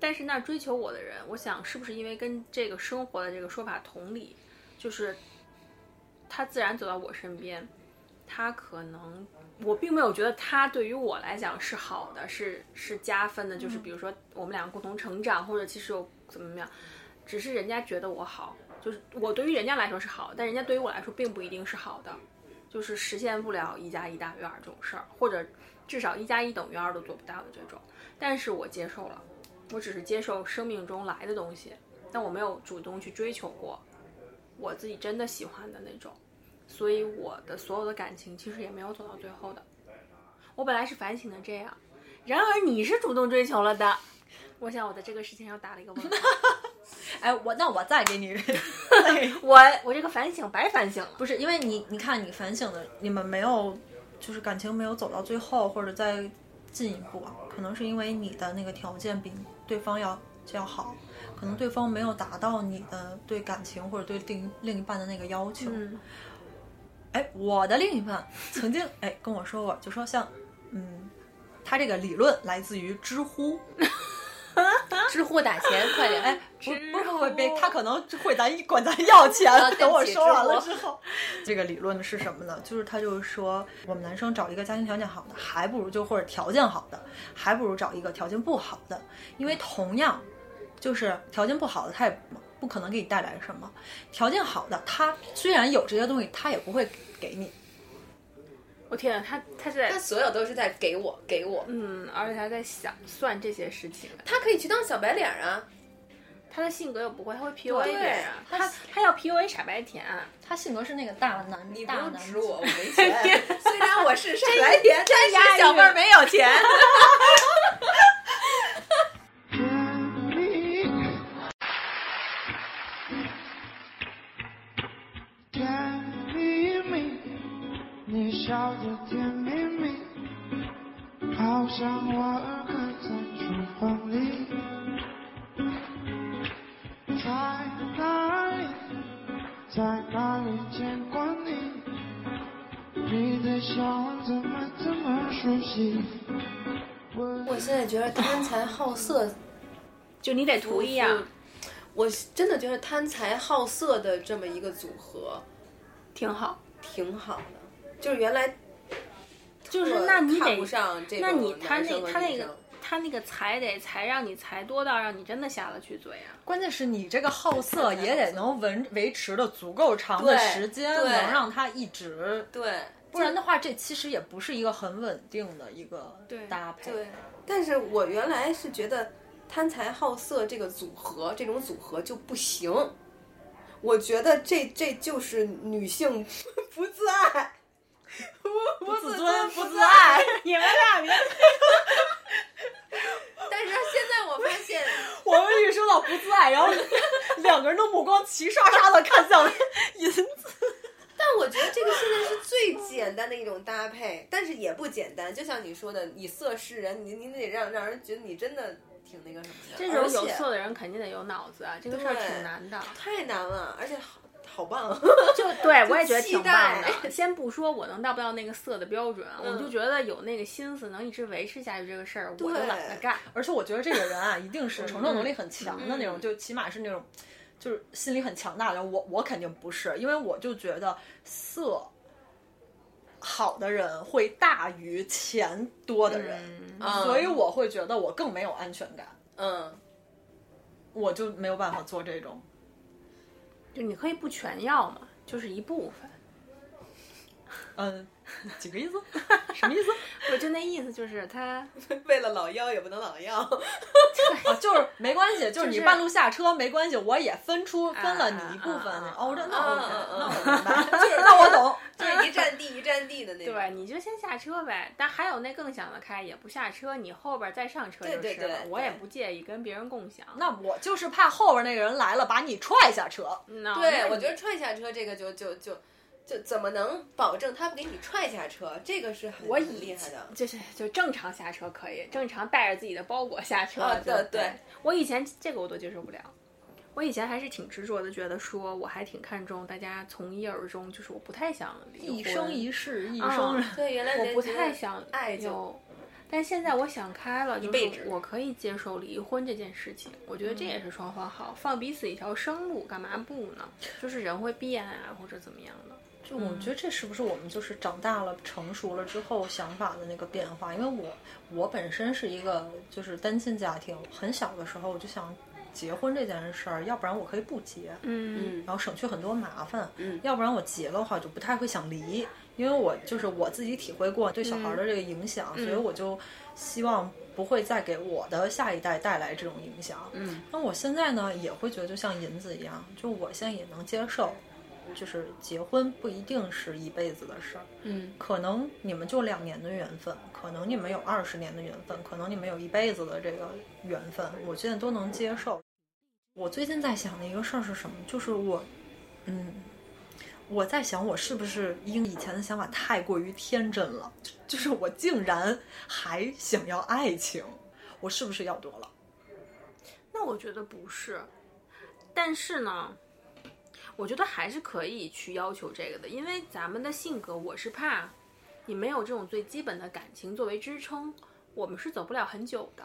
但是那追求我的人，我想是不是因为跟这个生活的这个说法同理，就是他自然走到我身边，他可能我并没有觉得他对于我来讲是好的，是是加分的，就是比如说我们两个共同成长，或者其实有怎么怎么样，只是人家觉得我好，就是我对于人家来说是好，但人家对于我来说并不一定是好的，就是实现不了一加一大于二这种事儿，或者至少一加一等于二都做不到的这种。但是我接受了，我只是接受生命中来的东西，但我没有主动去追求过我自己真的喜欢的那种，所以我的所有的感情其实也没有走到最后的。我本来是反省的这样，然而你是主动追求了的。我想我在这个事情上打了一个问号。
哎，我那我再给你
我我这个反省白反省了。
不是因为你，你看你反省的，你们没有，就是感情没有走到最后，或者再进一步啊，可能是因为你的那个条件比对方要要好，可能对方没有达到你的对感情或者对另另一半的那个要求。
嗯，
哎，我的另一半曾经哎跟我说过，就说像嗯，他这个理论来自于知乎，
知乎打钱，快
啊
点！哎，
不不是会被他可能会咱管咱要钱
啊对不，起
等我说完了之后，这个理论是什么呢？就是他就是说，我们男生找一个家庭条件好的，还不如就或者条件好的，还不如找一个条件不好的，因为同样就是条件不好的，他也不可能给你带来什么；条件好的，他虽然有这些东西，他也不会给你。
我天啊，他他是在
他所有都是在给我给我，
嗯，而且还在想算这些事情。
他可以去当小白脸啊，
他的性格又不会，他会 PUA 别人啊，
对
他他要 PUA 傻白甜啊，
他性格是那个大男，
你不
大
用
男
指
子
我，我没钱。虽然我 是傻白甜，但是
小
小
妹
妹
儿
儿
没有钱。
甜蜜蜜，你笑得甜蜜蜜，好像我儿歌在厨房里。在哪里，在哪里见过你？你的笑容怎么这么熟悉？
我现在觉得贪财好色，
就你得图一样，
我真的觉得贪财好色的这么一个组合
挺好。
挺好的，就是原来
就是
我
那你
看不
得，
上这
那
种
你他
男生
那
和
他那
女
个
生
他那个财得财让你财多到让你真的下得去嘴啊。
关键是你这个好色也得能维维持的足够长的
对
时间，
对
能让他一直，
对
不然的话，这其实也不是一个很稳定的一个
对
搭配。
对，但是我原来是觉得贪财好色这个组合，这种组合就不行。我觉得这这就是女性 不自爱， 不不
自
自
尊不
不
自
爱。
爱，
你们俩别
但是现在我发现，
我们一说到不自爱， 然后两个人的目光齐刷刷的看向银子。
但我觉得这个现在是最简单的一种搭配，但是也不简单。就像你说的，以色示人，你你得让让人觉得你真的挺那个什么的。
这
而
种有
且
色的人肯定得有脑子啊，这个事儿挺难的。
太难了，而且好好棒。
就对
就
我也觉得
期
挺棒
待
的。先不说我能到不到那个色的标准啊，
嗯
我就觉得有那个心思能一直维持下去这个事儿，我就
对
懒得干。
而且我觉得这个人啊，一定是承受能力很强的那种，
嗯
就起码是那种，就是心理很强大的。我我肯定不是，因为我就觉得色好的人会大于钱多的人，
嗯，
嗯
所以我会觉得我更没有安全感，
嗯，
我就没有办法做这种。
就你可以不全要嘛，就是一部分。
嗯，几 个意思？什么意思？
我就那意思就是他，
为了老幺也不能老幺。
啊， 就是没关系，就是你啊
就是
半路下车没关系，我也分出分了你一部分
啊啊啊。
哦， 这那
啊
OK，
啊
那
啊
我明白， 那我懂。
就是一站地一站地的那种。
对，你就先下车呗。但还有那更想得开，也不下车，你后边再上车
对
就
对
是了。
对
我也
对
不介意跟别人共享。
那我就是怕后边那个人来了，把你踹下车。
那
嗯对，
那
我
你
觉得踹下车这个就就就就怎么能保证他不给你踹下车？这个是很
我
很
以
厉害的。
就是就正常下车可以，正常带着自己的包裹下车。
啊 对
就
对
我以前这个我都接受不了。我以前还是挺执着的，觉得说我还挺看重大家从一而终，就是我不太想离婚
一生一世，一
啊
生人。
对，原来
我
人
不
觉得
太想
爱就
有，但现在我想开了，就是
辈子嗯
我可以接受离婚这件事情。我觉得这也是双方好，放彼此一条生路，干嘛不呢？就是人会变啊，或者怎么样的。
就我觉得这是不是我们就是长大了、成熟了之后想法的那个变化？因为我我本身是一个就是单亲家庭，很小的时候我就想结婚这件事儿，要不然我可以不结。
嗯
然后省去很多麻烦。
嗯
要不然我结了的话，就不太会想离，因为我就是我自己体会过对小孩儿的这个影响，所以我就希望不会再给我的下一代带来这种影响。
嗯，
那我现在呢，也会觉得就像银子一样，就我现在也能接受，就是结婚不一定是一辈子的事儿。
嗯，
可能你们就两年的缘分，可能你们有二十年的缘分，可能你们有一辈子的这个缘分，我现在都能接受。我最近在想的一个事儿是什么？就是我，嗯，我在想我是不是因以前的想法太过于天真了，就就是我竟然还想要爱情，我是不是要多了？
那我觉得不是，但是呢，我觉得还是可以去要求这个的，因为咱们的性格，我是怕你没有这种最基本的感情作为支撑，我们是走不了很久的。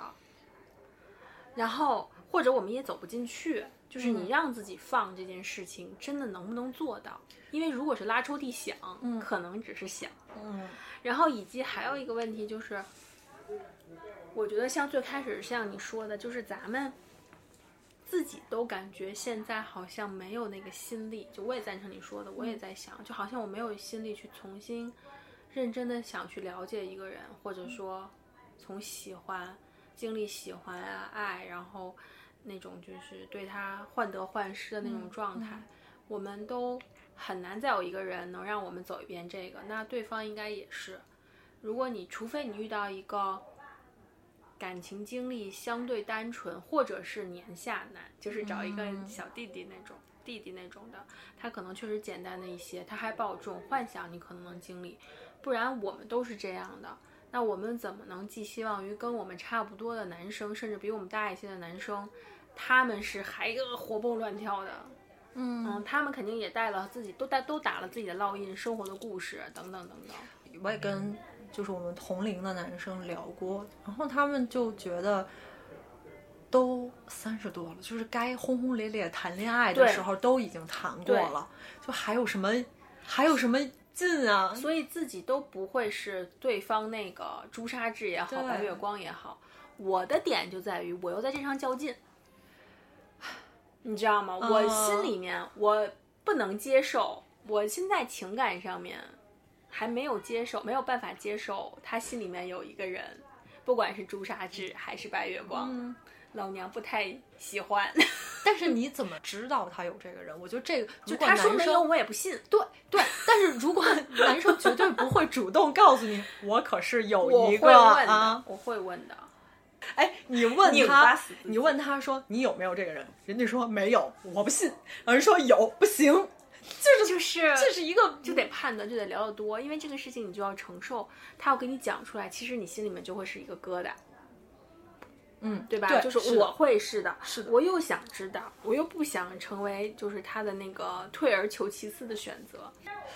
然后或者我们也走不进去。就是你让自己放这件事情，真的能不能做到？因为如果是拉抽屉想，
嗯
可能只是想。
嗯
然后以及还有一个问题就是，我觉得像最开始像你说的，就是咱们自己都感觉现在好像没有那个心力。就我也赞成你说的，我也在想，就好像我没有心力去重新认真的想去了解一个人，或者说从喜欢经历喜欢啊爱，然后那种就是对他患得患失的那种状态，我们都很难再有一个人能让我们走一遍这个。那对方应该也是，如果你除非你遇到一个感情经历相对单纯，或者是年下男，就是找一个
嗯
小弟弟那种。弟弟那种的，他可能确实简单的一些，他还抱重幻想，你可能能经历，不然我们都是这样的。那我们怎么能寄希望于跟我们差不多的男生，甚至比我们大一些的男生，他们是还呃活蹦乱跳的，嗯，
嗯，
他们肯定也带了自己，都带都打了自己的烙印，生活的故事等等等等。
我也跟就是我们同龄的男生聊过，然后他们就觉得。都三十多了，就是该轰轰烈烈谈恋爱的
对
时候都已经谈过
对
了，就还有什么，还有什么劲啊？
所以自己都不会是对方那个朱砂痣也好，
对
白月光也好。我的点就在于我又在这上较劲，你知道吗？
嗯
我心里面我不能接受，我现在情感上面还没有接受，没有办法接受他心里面有一个人，不管是朱砂痣还是白月光，
嗯，
老娘不太喜欢。
但是你怎么知道他有这个人？我觉得这个，
就
如果
他说
男
没
生
有，我也不信。
对对，但是如果 男生绝对不会主动告诉你，我可是有
我
一
会
个
问的，
啊。
我会问的。
哎，你问
拧巴
他
死，自己
你问他说你有没有这个人，人家说没有，我不信。然后人说有，不行，就是
就是
这是一个
就得判断，就得聊得多，因为这个事情你就要承受，他要给你讲出来，其实你心里面就会是一个疙瘩，
嗯，
对吧？
对
就是
是的
我会是的，
是的
我又想知道，我又不想成为就是他的那个退而求其次的选择，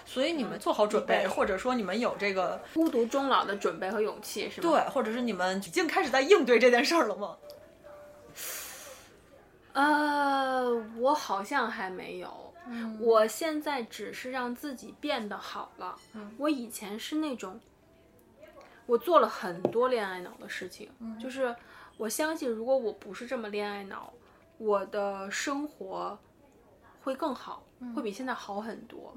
所以你们做好准备，
对
或者说你们有这个
孤独终老的准备和勇气是吗？
对，，或者是你们已经开始在应对这件事儿了吗？
呃，我好像还没有。我现在只是让自己变得好了。我以前是那种，我做了很多恋爱脑的事情，就是我相信，如果我不是这么恋爱脑，我的生活会更好，会比现在好很多。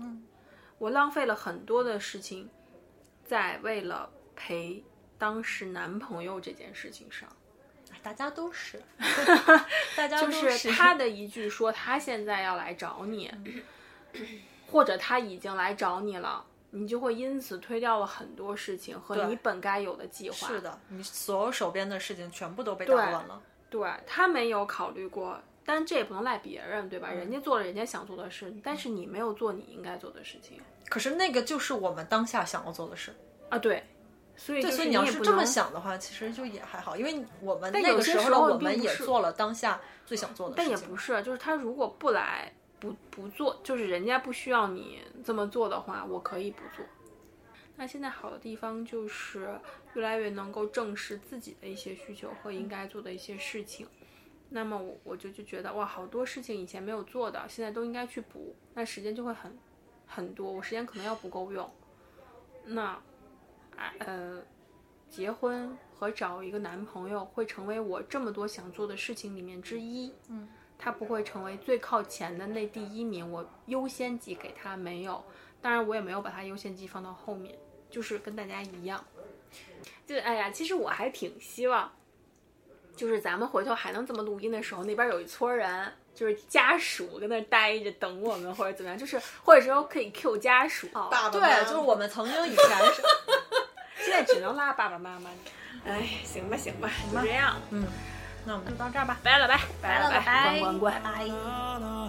我浪费了很多的事情，在为了陪当时男朋友这件事情上。
大家都 是，大家
就
都
是他的一句说他现在要来找 你，或者他已经来找你了，你就会因此推掉了很多事情和
对
你本该有的计划。
是， 的，你所有手边的事情全部都被打
对
乱了。
对他没有考虑过，但这也不能赖别人，对吧？
嗯
人家做了人家想做的事，但是你没有做你应该做的事情
可是那个就是我们当下想要做的事。
啊，对。所以就
对，所以
你
你要
也
是
不
这么
能，
想的话，其实就也还好，因为我们
但
那
有
个
些
时
时
候的
候
我
并
们
不
也
是
做了当下最想做的事
但
情。
也不是，就是他如果不来不不做，就是人家不需要你这么做的话，我可以不做。那现在好的地方就是越来越能够正视自己的一些需求和
嗯
应该做的一些事情。那么我我就就觉得哇，好多事情以前没有做的，现在都应该去补，那时间就会很很多，我时间可能要不够用。那，啊呃，结婚和找一个男朋友会成为我这么多想做的事情里面之一。嗯，他不会成为最靠前的那第一名，我优先级给他没有，当然我也没有把他优先级放到后面，就是跟大家一样。就哎呀，其实我还挺希望，就是咱们回头还能这么录音的时候，那边有一撮人。就是家属跟那儿待着等我们，或者怎么样，就是或者说可以 Q 家属，爸
爸爸妈
对，就是我们曾经以前是，
现在只能拉爸爸妈妈。哎，行吧，行吧，就这样，
那我们
就到这儿吧，拜了拜，拜了拜，关关关。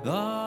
la